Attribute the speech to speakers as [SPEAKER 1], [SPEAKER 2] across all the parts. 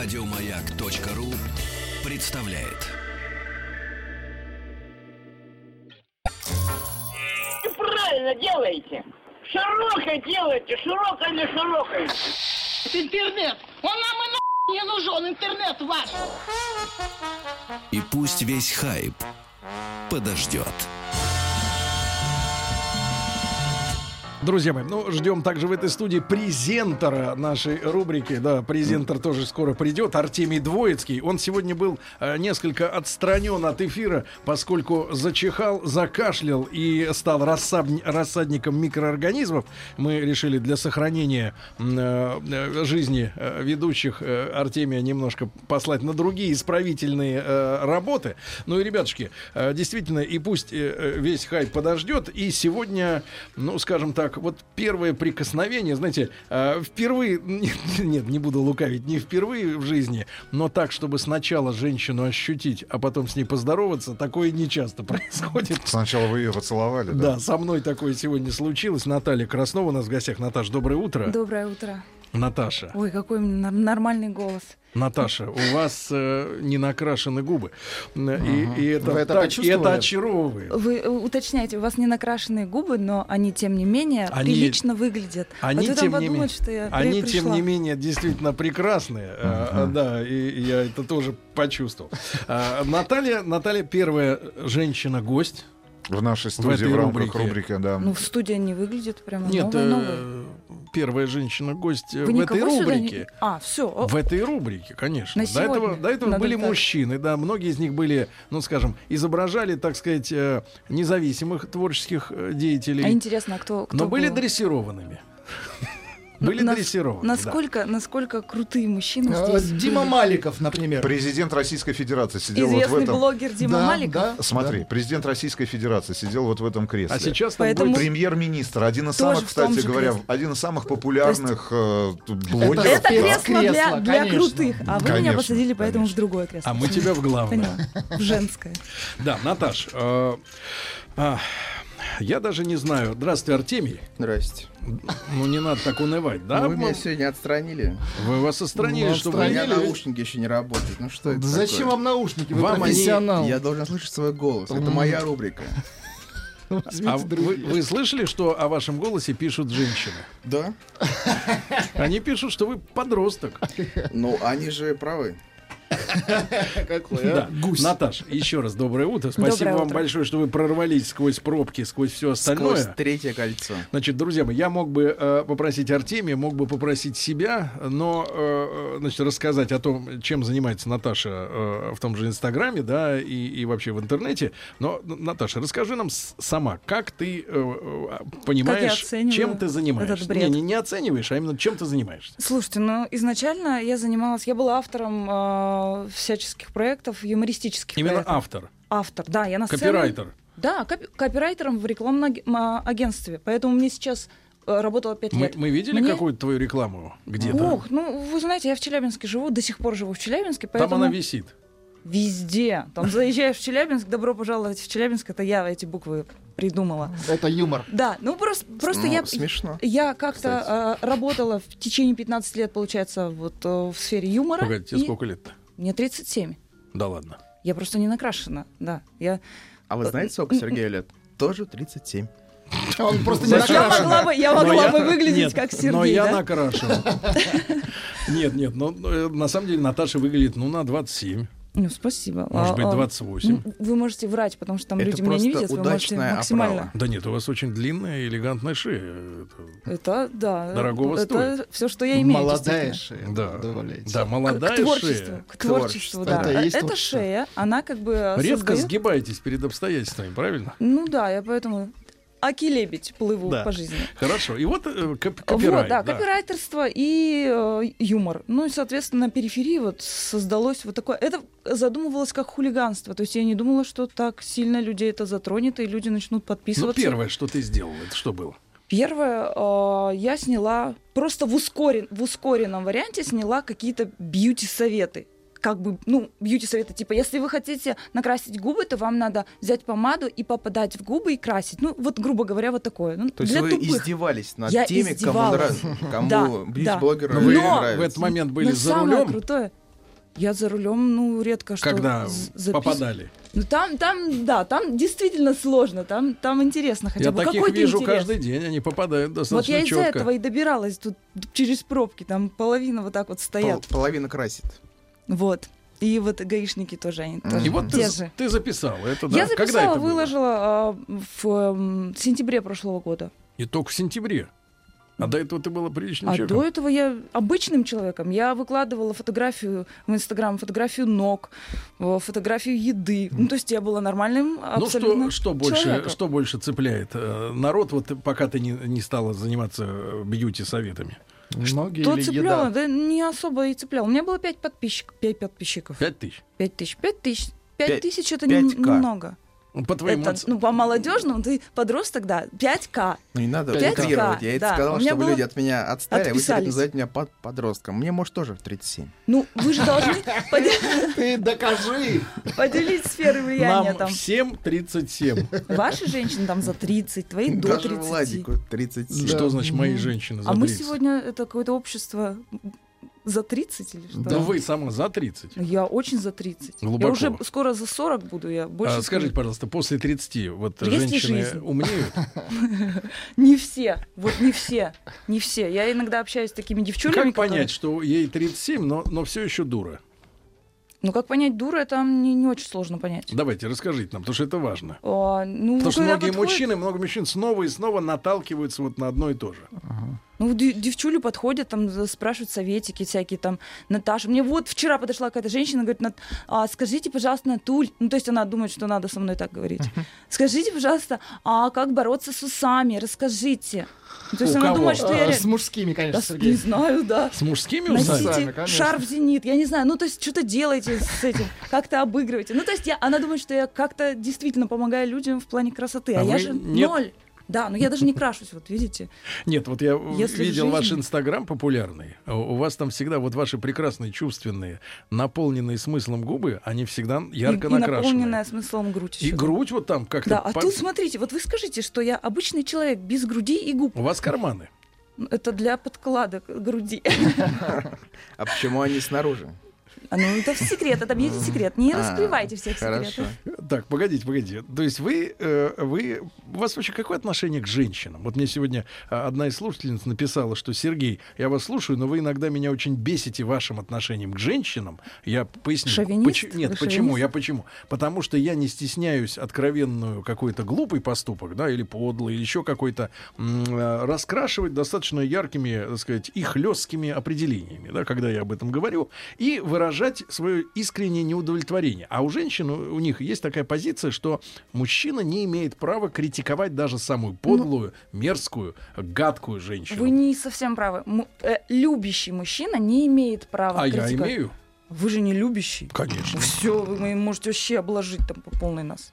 [SPEAKER 1] Радиомаяк.ру представляет.
[SPEAKER 2] И правильно делаете. Широкой делайте, широкой или широкой.
[SPEAKER 3] Интернет! Он нам и на не нужен, интернет ваш!
[SPEAKER 1] И пусть весь хайп подождет.
[SPEAKER 4] Друзья мои, ну ждем также в этой студии презентора нашей рубрики. Да, презентор тоже скоро придет. Артемий Двоицкий. Он сегодня был э, несколько отстранен от эфира, поскольку зачихал, закашлял и стал рассаб- рассадником микроорганизмов. Мы решили для сохранения м, э, жизни э, ведущих э, Артемия немножко послать на другие исправительные э, работы. Ну и, ребятушки, э, действительно, и пусть э, э, весь хайп подождет. И сегодня, ну, скажем так, вот первое прикосновение, знаете, э, впервые, нет, нет, не буду лукавить, не впервые в жизни, но так, чтобы сначала женщину ощутить, а потом с ней поздороваться, такое не часто происходит.
[SPEAKER 5] Сначала вы ее поцеловали, да?
[SPEAKER 4] Да, со мной такое сегодня случилось. Наталья Краснова у нас в гостях. Наташа, доброе утро.
[SPEAKER 6] Доброе утро.
[SPEAKER 4] Наташа.
[SPEAKER 6] Ой, какой у меня нор- нормальный голос.
[SPEAKER 4] Наташа, у вас э, не накрашены губы. Н- И, и это,
[SPEAKER 7] Вы это
[SPEAKER 4] так- и
[SPEAKER 7] почувствовали?
[SPEAKER 4] это очаровывает.
[SPEAKER 6] Вы э, уточняете, у вас не накрашенные губы, но они, тем не менее,
[SPEAKER 4] Они-
[SPEAKER 6] прилично выглядят.
[SPEAKER 4] Они,
[SPEAKER 6] а то
[SPEAKER 4] тем
[SPEAKER 6] там
[SPEAKER 4] не менее,
[SPEAKER 6] подумают, что я при-
[SPEAKER 4] они тем
[SPEAKER 6] пришла.
[SPEAKER 4] не менее, действительно прекрасные. А, Да, и я это тоже почувствовал. А, Наталья, Наталья первая женщина-гость.
[SPEAKER 5] В нашей студии,
[SPEAKER 4] этой
[SPEAKER 5] в, рамках
[SPEAKER 4] рубрике.
[SPEAKER 5] рубрики, да.
[SPEAKER 6] Ну, в студии они выглядят прямо
[SPEAKER 4] Нет,
[SPEAKER 6] новые,
[SPEAKER 4] э,
[SPEAKER 6] новые.
[SPEAKER 4] первая женщина-гость э,
[SPEAKER 6] Вы
[SPEAKER 4] в этой
[SPEAKER 6] никого сюда не-
[SPEAKER 4] рубрике.
[SPEAKER 6] А, все.
[SPEAKER 4] В этой рубрике, конечно.
[SPEAKER 6] На
[SPEAKER 4] До этого,
[SPEAKER 6] сегодня
[SPEAKER 4] до этого
[SPEAKER 6] надо
[SPEAKER 4] были
[SPEAKER 6] так.
[SPEAKER 4] мужчины, да, многие из них были, ну, скажем, изображали, так сказать, э, независимых творческих э, деятелей.
[SPEAKER 6] А интересно, а кто, кто
[SPEAKER 4] Но были
[SPEAKER 6] был?
[SPEAKER 4] дрессированными.
[SPEAKER 6] Ну,
[SPEAKER 4] Были
[SPEAKER 6] нас-
[SPEAKER 4] дрессированы. да.
[SPEAKER 6] Насколько, насколько крутые мужчины
[SPEAKER 7] А,
[SPEAKER 6] здесь?
[SPEAKER 7] Дима Маликов, например.
[SPEAKER 5] Президент Российской Федерации сидел
[SPEAKER 6] Известный
[SPEAKER 5] вот в этом...
[SPEAKER 6] блогер Дима
[SPEAKER 7] Да,
[SPEAKER 6] Маликов.
[SPEAKER 7] да.
[SPEAKER 5] Смотри, президент Российской Федерации сидел вот в этом кресле.
[SPEAKER 4] А сейчас там
[SPEAKER 6] Поэтому-
[SPEAKER 4] будет-
[SPEAKER 5] Премьер-министр, один из
[SPEAKER 6] Тоже
[SPEAKER 5] самых,
[SPEAKER 6] в том
[SPEAKER 5] кстати
[SPEAKER 6] же
[SPEAKER 5] говоря,
[SPEAKER 6] кресле.
[SPEAKER 5] один из самых популярных э, тут блогеров.
[SPEAKER 7] Блогер,
[SPEAKER 6] Это
[SPEAKER 7] да.
[SPEAKER 6] кресло для,
[SPEAKER 7] Кресло,
[SPEAKER 6] для
[SPEAKER 7] конечно.
[SPEAKER 6] крутых, а вы меня
[SPEAKER 5] Конечно,
[SPEAKER 6] посадили поэтому
[SPEAKER 5] конечно.
[SPEAKER 6] в другое кресло.
[SPEAKER 4] А мы тебя в главное.
[SPEAKER 6] Поняла. В женское.
[SPEAKER 4] Да, Наташ, э, а, я даже не знаю. Здравствуй, Артемий.
[SPEAKER 8] Здрасте. Ну,
[SPEAKER 4] Ну не надо так унывать,
[SPEAKER 6] А,
[SPEAKER 4] да?
[SPEAKER 6] Ну,
[SPEAKER 8] Вы меня
[SPEAKER 4] Мы-
[SPEAKER 8] сегодня отстранили.
[SPEAKER 4] Вы вас отстранили,
[SPEAKER 7] Ну,
[SPEAKER 4] что
[SPEAKER 8] У
[SPEAKER 4] вы
[SPEAKER 8] меня
[SPEAKER 7] отстранили.
[SPEAKER 4] видели.
[SPEAKER 8] наушники еще не работают. Ну что это
[SPEAKER 7] Да Зачем
[SPEAKER 8] такое?
[SPEAKER 7] вам наушники? Вы
[SPEAKER 4] Вам они-
[SPEAKER 7] профессионал.
[SPEAKER 8] Я должен слышать свой голос. Это
[SPEAKER 7] М.
[SPEAKER 8] моя рубрика.
[SPEAKER 7] Возьмите
[SPEAKER 4] А вы,
[SPEAKER 7] другие.
[SPEAKER 4] вы слышали, что о вашем голосе пишут женщины?
[SPEAKER 8] Да?
[SPEAKER 4] Они пишут, что вы подросток.
[SPEAKER 8] Ну, они же правы.
[SPEAKER 4] Да. Наташ, еще раз доброе утро. Спасибо
[SPEAKER 6] Доброе
[SPEAKER 4] вам
[SPEAKER 6] утро.
[SPEAKER 4] большое, что вы прорвались сквозь пробки, сквозь все остальное.
[SPEAKER 8] Сквозь третье кольцо.
[SPEAKER 4] Значит, друзья мои, я мог бы э, попросить Артемия, мог бы попросить себя, но, э, э, значит, рассказать о том, чем занимается Наташа э, в том же Инстаграме, да, и, и вообще в интернете. Но, Н- Наташа, расскажи нам с- сама, как ты э, э, понимаешь,
[SPEAKER 6] оцениваю
[SPEAKER 4] чем ты
[SPEAKER 6] этот
[SPEAKER 4] занимаешься?
[SPEAKER 6] бред?
[SPEAKER 4] Не, не, не оцениваешь, а именно чем ты занимаешься.
[SPEAKER 6] Слушайте, ну изначально я занималась, я была автором э, всяческих проектов, юмористических
[SPEAKER 4] Именно
[SPEAKER 6] проектов.
[SPEAKER 4] автор,
[SPEAKER 6] Автор, да, я на сцене.
[SPEAKER 4] копирайтер.
[SPEAKER 6] Да, копи- копирайтером в рекламном аге- ма- агентстве. Поэтому мне сейчас э, работало 5
[SPEAKER 4] Мы,
[SPEAKER 6] лет.
[SPEAKER 4] мы видели
[SPEAKER 6] Мне-
[SPEAKER 4] какую-то твою рекламу где-то?
[SPEAKER 6] Ох, ну вы знаете, я в Челябинске живу, до сих пор живу в Челябинске,
[SPEAKER 4] Там
[SPEAKER 6] поэтому
[SPEAKER 4] она висит.
[SPEAKER 6] везде. Там заезжаешь в Челябинск, добро пожаловать в Челябинск, это я эти буквы придумала.
[SPEAKER 7] Это юмор.
[SPEAKER 6] Да, ну просто, просто
[SPEAKER 8] Ну,
[SPEAKER 6] я...
[SPEAKER 8] Смешно.
[SPEAKER 6] Я как-то э, работала в течение 15 лет, получается, вот э, в сфере юмора.
[SPEAKER 4] Погоди, тебе
[SPEAKER 6] и
[SPEAKER 4] сколько лет-то?
[SPEAKER 6] Мне 37.
[SPEAKER 4] Да ладно.
[SPEAKER 6] Я просто не накрашена, да. Я,
[SPEAKER 8] А вы знаете,
[SPEAKER 6] Э,
[SPEAKER 8] сколько Сергею лет? Тоже 37.
[SPEAKER 7] Он просто не
[SPEAKER 6] я
[SPEAKER 7] накрашен.
[SPEAKER 6] могла бы, я
[SPEAKER 4] Ну, Но
[SPEAKER 6] А могла
[SPEAKER 4] я-
[SPEAKER 6] бы выглядеть
[SPEAKER 4] нет,
[SPEAKER 6] как Сергей,
[SPEAKER 4] Но я
[SPEAKER 6] да?
[SPEAKER 4] накрашен. Нет, нет, но э, на самом деле Наташа выглядит ну на 27,
[SPEAKER 6] Ну, спасибо.
[SPEAKER 4] может
[SPEAKER 6] А,
[SPEAKER 4] быть
[SPEAKER 6] а,
[SPEAKER 4] 28.
[SPEAKER 6] м, Вы можете врать, потому что там
[SPEAKER 8] Это
[SPEAKER 6] люди меня не
[SPEAKER 8] просто
[SPEAKER 6] видят. Вы можете
[SPEAKER 8] удачная
[SPEAKER 6] максимально...
[SPEAKER 4] Да нет, у вас очень длинная и элегантная шея. Это-
[SPEAKER 6] Это, да.
[SPEAKER 4] Дорогого
[SPEAKER 6] Это
[SPEAKER 4] стоит.
[SPEAKER 6] все, что я имею.
[SPEAKER 7] Молодая
[SPEAKER 6] действительно.
[SPEAKER 7] шея.
[SPEAKER 4] Да,
[SPEAKER 7] добавляете.
[SPEAKER 4] да,
[SPEAKER 6] К, к
[SPEAKER 4] молодая
[SPEAKER 6] творчеству,
[SPEAKER 4] шея.
[SPEAKER 6] к творчеству,
[SPEAKER 8] творчеству,
[SPEAKER 6] да.
[SPEAKER 7] это и
[SPEAKER 6] А
[SPEAKER 7] есть
[SPEAKER 6] Эта
[SPEAKER 7] творчество.
[SPEAKER 6] шея, она как бы
[SPEAKER 4] Редко
[SPEAKER 6] создаёт-
[SPEAKER 4] сгибаетесь перед обстоятельствами, правильно?
[SPEAKER 6] Ну да, я поэтому аки-лебедь плыву
[SPEAKER 4] Да.
[SPEAKER 6] по жизни.
[SPEAKER 4] Хорошо. И вот э, коп-
[SPEAKER 6] Вот,
[SPEAKER 4] копирайт,
[SPEAKER 6] да,
[SPEAKER 4] да.
[SPEAKER 6] копирайтерство и э, юмор. Ну и, соответственно, на периферии вот создалось вот такое. Это задумывалось как хулиганство. То есть я не думала, что так сильно людей это затронет, и люди начнут
[SPEAKER 4] Ну,
[SPEAKER 6] подписываться.
[SPEAKER 4] первое, что ты сделал, это что было?
[SPEAKER 6] Первое, э, я сняла просто в, ускорен, в ускоренном варианте сняла какие-то бьюти-советы. Как бы, ну, бьюти-советы, типа, если вы хотите накрасить губы, то вам надо взять помаду и попадать в губы и красить. Ну, вот, грубо говоря, вот такое. Ну,
[SPEAKER 8] То есть
[SPEAKER 6] для
[SPEAKER 8] вы
[SPEAKER 6] тупых.
[SPEAKER 8] издевались над
[SPEAKER 6] Я
[SPEAKER 8] теми, кому
[SPEAKER 6] издевалась.
[SPEAKER 8] нравится. Кому
[SPEAKER 6] Да, да.
[SPEAKER 8] блогеры
[SPEAKER 6] Но-
[SPEAKER 4] в этот
[SPEAKER 8] нравится.
[SPEAKER 4] момент были
[SPEAKER 6] Но
[SPEAKER 4] за
[SPEAKER 6] самое
[SPEAKER 4] рулем.
[SPEAKER 6] крутое, Я за рулем, ну, редко что
[SPEAKER 4] когда
[SPEAKER 6] з- запис-
[SPEAKER 4] попадали.
[SPEAKER 6] Ну, там, там, да, там действительно сложно, там, там интересно хотя
[SPEAKER 4] Я
[SPEAKER 6] бы.
[SPEAKER 4] таких
[SPEAKER 6] какой-то
[SPEAKER 4] вижу
[SPEAKER 6] интерес.
[SPEAKER 4] каждый день, они попадают
[SPEAKER 6] Вот
[SPEAKER 4] достаточно
[SPEAKER 6] я из-за
[SPEAKER 4] четко.
[SPEAKER 6] этого и добиралась тут через пробки, там половина вот так вот
[SPEAKER 8] Пол-
[SPEAKER 6] стоят.
[SPEAKER 8] половина красит.
[SPEAKER 6] Вот. И вот гаишники тоже, они тоже
[SPEAKER 4] И вот ты,
[SPEAKER 6] те
[SPEAKER 4] з-
[SPEAKER 6] же.
[SPEAKER 4] ты записала это, да?
[SPEAKER 6] Я
[SPEAKER 4] Когда
[SPEAKER 6] записала,
[SPEAKER 4] это было?
[SPEAKER 6] выложила а, в эм, сентябре прошлого года.
[SPEAKER 4] И только в сентябре. А до этого ты была приличным
[SPEAKER 6] А
[SPEAKER 4] человеком.
[SPEAKER 6] до этого я обычным человеком. Я выкладывала фотографию в Инстаграм, фотографию ног, э, фотографию еды. Ну, то есть я была нормальным
[SPEAKER 4] Ну
[SPEAKER 6] абсолютно
[SPEAKER 4] что, что больше,
[SPEAKER 6] человеком.
[SPEAKER 4] что больше цепляет э, народ, вот ты- пока ты не, не стала заниматься э, бьюти-советами?
[SPEAKER 7] Многие
[SPEAKER 6] То
[SPEAKER 7] или
[SPEAKER 6] цепляло,
[SPEAKER 7] еда?
[SPEAKER 6] да не особо и цепляло. У меня было пять подписчиков. пять подписчиков.
[SPEAKER 4] Пять тысяч.
[SPEAKER 6] пять тысяч. пять тысяч. пять
[SPEAKER 8] Пять-
[SPEAKER 6] тысяч это
[SPEAKER 8] пять
[SPEAKER 6] не-
[SPEAKER 8] К.
[SPEAKER 6] немного.
[SPEAKER 4] Ну, По твоему
[SPEAKER 6] Это,
[SPEAKER 4] оц-
[SPEAKER 6] ну, по молодежному ты подросток, да. 5К.
[SPEAKER 8] Ну не надо
[SPEAKER 6] Пять
[SPEAKER 8] утрировать.
[SPEAKER 6] К,
[SPEAKER 8] Я это
[SPEAKER 6] да. У
[SPEAKER 8] сказал,
[SPEAKER 6] меня
[SPEAKER 8] чтобы
[SPEAKER 6] было-
[SPEAKER 8] люди от меня отстали, а вы теперь
[SPEAKER 6] Отписались.
[SPEAKER 8] называете меня под- подростком. Мне, может, тоже 37.
[SPEAKER 6] Ну, вы же должны поде-
[SPEAKER 7] Ты докажи.
[SPEAKER 6] поделить сферы влияния
[SPEAKER 4] Нам
[SPEAKER 6] там.
[SPEAKER 4] всем 37.
[SPEAKER 6] Ваши женщины там за 30, твои до
[SPEAKER 8] Даже
[SPEAKER 6] 30.
[SPEAKER 8] Владику 37.
[SPEAKER 4] Что значит мои
[SPEAKER 6] Ну,
[SPEAKER 4] женщины за
[SPEAKER 6] А мы
[SPEAKER 4] 30?
[SPEAKER 6] сегодня это какое-то общество за 30 или что?
[SPEAKER 4] Да вы сама за 30.
[SPEAKER 6] Ну, Я очень за 30.
[SPEAKER 4] Глубоко.
[SPEAKER 6] Я уже скоро за 40 буду, я больше...
[SPEAKER 4] А
[SPEAKER 6] скажу.
[SPEAKER 4] скажите, пожалуйста, после 30 вот
[SPEAKER 6] Есть ли
[SPEAKER 4] женщины
[SPEAKER 6] жизнь?
[SPEAKER 4] умнеют?
[SPEAKER 6] Не все, вот не все, не все. Я иногда общаюсь с такими девчулями,
[SPEAKER 4] Как понять, что ей 37, но, но все еще дура?
[SPEAKER 6] Ну, как понять, дура, это не, не очень сложно понять.
[SPEAKER 4] Давайте, расскажите нам, потому что это важно.
[SPEAKER 6] А, ну,
[SPEAKER 4] Потому что
[SPEAKER 6] когда
[SPEAKER 4] многие
[SPEAKER 6] подходит-
[SPEAKER 4] мужчины, много мужчин снова и снова наталкиваются вот на одно и то же.
[SPEAKER 6] Ну, дев- девчули подходят, там за- спрашивают советики всякие, там, Наташа. Мне вот вчера подошла какая-то женщина, говорит, «Нат- а, скажите, пожалуйста, Натуль, ну, то есть она думает, что надо со мной так говорить. Скажите, пожалуйста, а как бороться с усами, расскажите. Ну, То есть
[SPEAKER 4] У
[SPEAKER 6] она
[SPEAKER 4] кого?
[SPEAKER 6] думает, что я...
[SPEAKER 7] А,
[SPEAKER 6] ре-
[SPEAKER 7] С мужскими,
[SPEAKER 6] Да,
[SPEAKER 7] конечно,
[SPEAKER 6] с- не
[SPEAKER 7] Сергей.
[SPEAKER 6] знаю, да.
[SPEAKER 4] С мужскими усами?
[SPEAKER 7] Носите.
[SPEAKER 6] Носите
[SPEAKER 7] конечно.
[SPEAKER 6] шар в зенит, я не знаю, ну то есть что-то делаете с этим, как-то обыгрываете. Ну то есть я, она думает, что я как-то действительно помогаю людям в плане красоты, а,
[SPEAKER 4] А
[SPEAKER 6] я
[SPEAKER 4] вы
[SPEAKER 6] же
[SPEAKER 4] нет.
[SPEAKER 6] ноль. Да, но я даже не крашусь, вот видите.
[SPEAKER 4] Нет, вот я
[SPEAKER 6] Если
[SPEAKER 4] видел
[SPEAKER 6] жизнь-
[SPEAKER 4] ваш инстаграм популярный. У у вас там всегда вот ваши прекрасные, чувственные, наполненные смыслом губы, они всегда ярко
[SPEAKER 6] и, и
[SPEAKER 4] накрашены.
[SPEAKER 6] наполненная смыслом грудь.
[SPEAKER 4] И
[SPEAKER 6] ещё.
[SPEAKER 4] грудь вот там как-то...
[SPEAKER 6] Да, а
[SPEAKER 4] по-
[SPEAKER 6] тут смотрите, вот вы скажите, что я обычный человек без груди и губ.
[SPEAKER 4] У вас карманы.
[SPEAKER 6] Это для подкладок груди.
[SPEAKER 8] А почему они снаружи?
[SPEAKER 6] А, Ну это в секрет, это бьете секрет. Не
[SPEAKER 8] А,
[SPEAKER 6] раскрывайте всех
[SPEAKER 8] Хорошо.
[SPEAKER 6] секретов.
[SPEAKER 4] Так, погодите, погодите. То есть вы, э, вы, у вас вообще какое отношение к женщинам? Вот мне сегодня э, одна из слушательниц написала, что Сергей, я вас слушаю, но вы иногда меня очень бесите вашим отношением к женщинам. Я поясню.
[SPEAKER 6] Шовинист?
[SPEAKER 4] Поч- Нет,
[SPEAKER 6] Вы
[SPEAKER 4] почему?
[SPEAKER 6] шовинист?
[SPEAKER 4] Я А почему? Потому что я не стесняюсь откровенную какой-то глупый поступок, да, или подлый, или еще какой-то м, э, раскрашивать достаточно яркими, так сказать, и хлесткими определениями, да, когда я об этом говорю, и выражать свое искреннее неудовлетворение. А у женщин у у них есть такая позиция, что мужчина не имеет права критиковать даже самую подлую, мерзкую, гадкую женщину.
[SPEAKER 6] Ну, Вы не совсем правы. М- э, Любящий мужчина не имеет права
[SPEAKER 4] а я
[SPEAKER 6] критиковать.
[SPEAKER 4] имею,
[SPEAKER 6] Вы же не любящий.
[SPEAKER 4] конечно.
[SPEAKER 6] Все, вы мо- можете вообще обложить там по полной нас.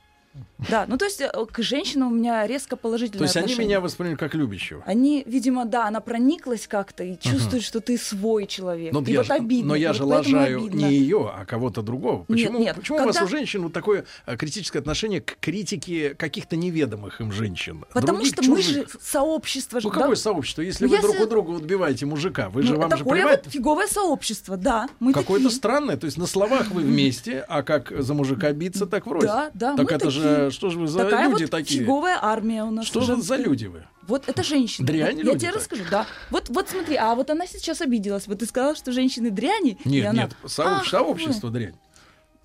[SPEAKER 6] Да, ну то есть э, к женщинам у меня резко положительное
[SPEAKER 4] То есть они
[SPEAKER 6] отношение.
[SPEAKER 4] меня восприняли как любящего.
[SPEAKER 6] Они, видимо, да, она прониклась как-то и чувствует, что ты свой человек.
[SPEAKER 4] Ну,
[SPEAKER 6] и
[SPEAKER 4] я
[SPEAKER 6] вот
[SPEAKER 4] же-
[SPEAKER 6] обидно.
[SPEAKER 4] но
[SPEAKER 6] и
[SPEAKER 4] я
[SPEAKER 6] вот
[SPEAKER 4] же
[SPEAKER 6] поэтому
[SPEAKER 4] лажаю
[SPEAKER 6] обидно.
[SPEAKER 4] не ее, а кого-то другого. Почему,
[SPEAKER 6] нет,
[SPEAKER 4] почему у вас
[SPEAKER 6] когда-
[SPEAKER 4] у женщин вот такое а, критическое отношение к критике каких-то неведомых им женщин?
[SPEAKER 6] Потому
[SPEAKER 4] других,
[SPEAKER 6] что мы же
[SPEAKER 4] чужих?
[SPEAKER 6] сообщество же.
[SPEAKER 4] Ну
[SPEAKER 6] да?
[SPEAKER 4] какое сообщество? Если
[SPEAKER 6] Ну,
[SPEAKER 4] вы
[SPEAKER 6] я
[SPEAKER 4] друг
[SPEAKER 6] се-
[SPEAKER 4] у друга отбиваете мужика, вы же
[SPEAKER 6] Ну,
[SPEAKER 4] вам же
[SPEAKER 6] такое
[SPEAKER 4] плевать.
[SPEAKER 6] вот фиговое сообщество, да. Мы
[SPEAKER 4] Какое-то
[SPEAKER 6] такие.
[SPEAKER 4] странное, то есть на словах вы вместе, а как за мужика биться, так вроде.
[SPEAKER 6] Да, да,
[SPEAKER 4] Так
[SPEAKER 6] мы
[SPEAKER 4] это
[SPEAKER 6] такие.
[SPEAKER 4] же, что же вы за
[SPEAKER 6] Такая
[SPEAKER 4] люди
[SPEAKER 6] вот
[SPEAKER 4] такие?
[SPEAKER 6] фиговая армия у нас.
[SPEAKER 4] Что
[SPEAKER 6] уже.
[SPEAKER 4] же за люди вы?
[SPEAKER 6] Вот это женщина.
[SPEAKER 4] Дрянь
[SPEAKER 6] я
[SPEAKER 4] люди
[SPEAKER 6] тебе
[SPEAKER 4] так.
[SPEAKER 6] расскажу, да. Вот, вот смотри, а вот она сейчас обиделась. Вот ты сказала, что женщины дряни. и
[SPEAKER 4] Нет,
[SPEAKER 6] она...
[SPEAKER 4] нет, сообщ-
[SPEAKER 6] Ах,
[SPEAKER 4] сообщество дрянь.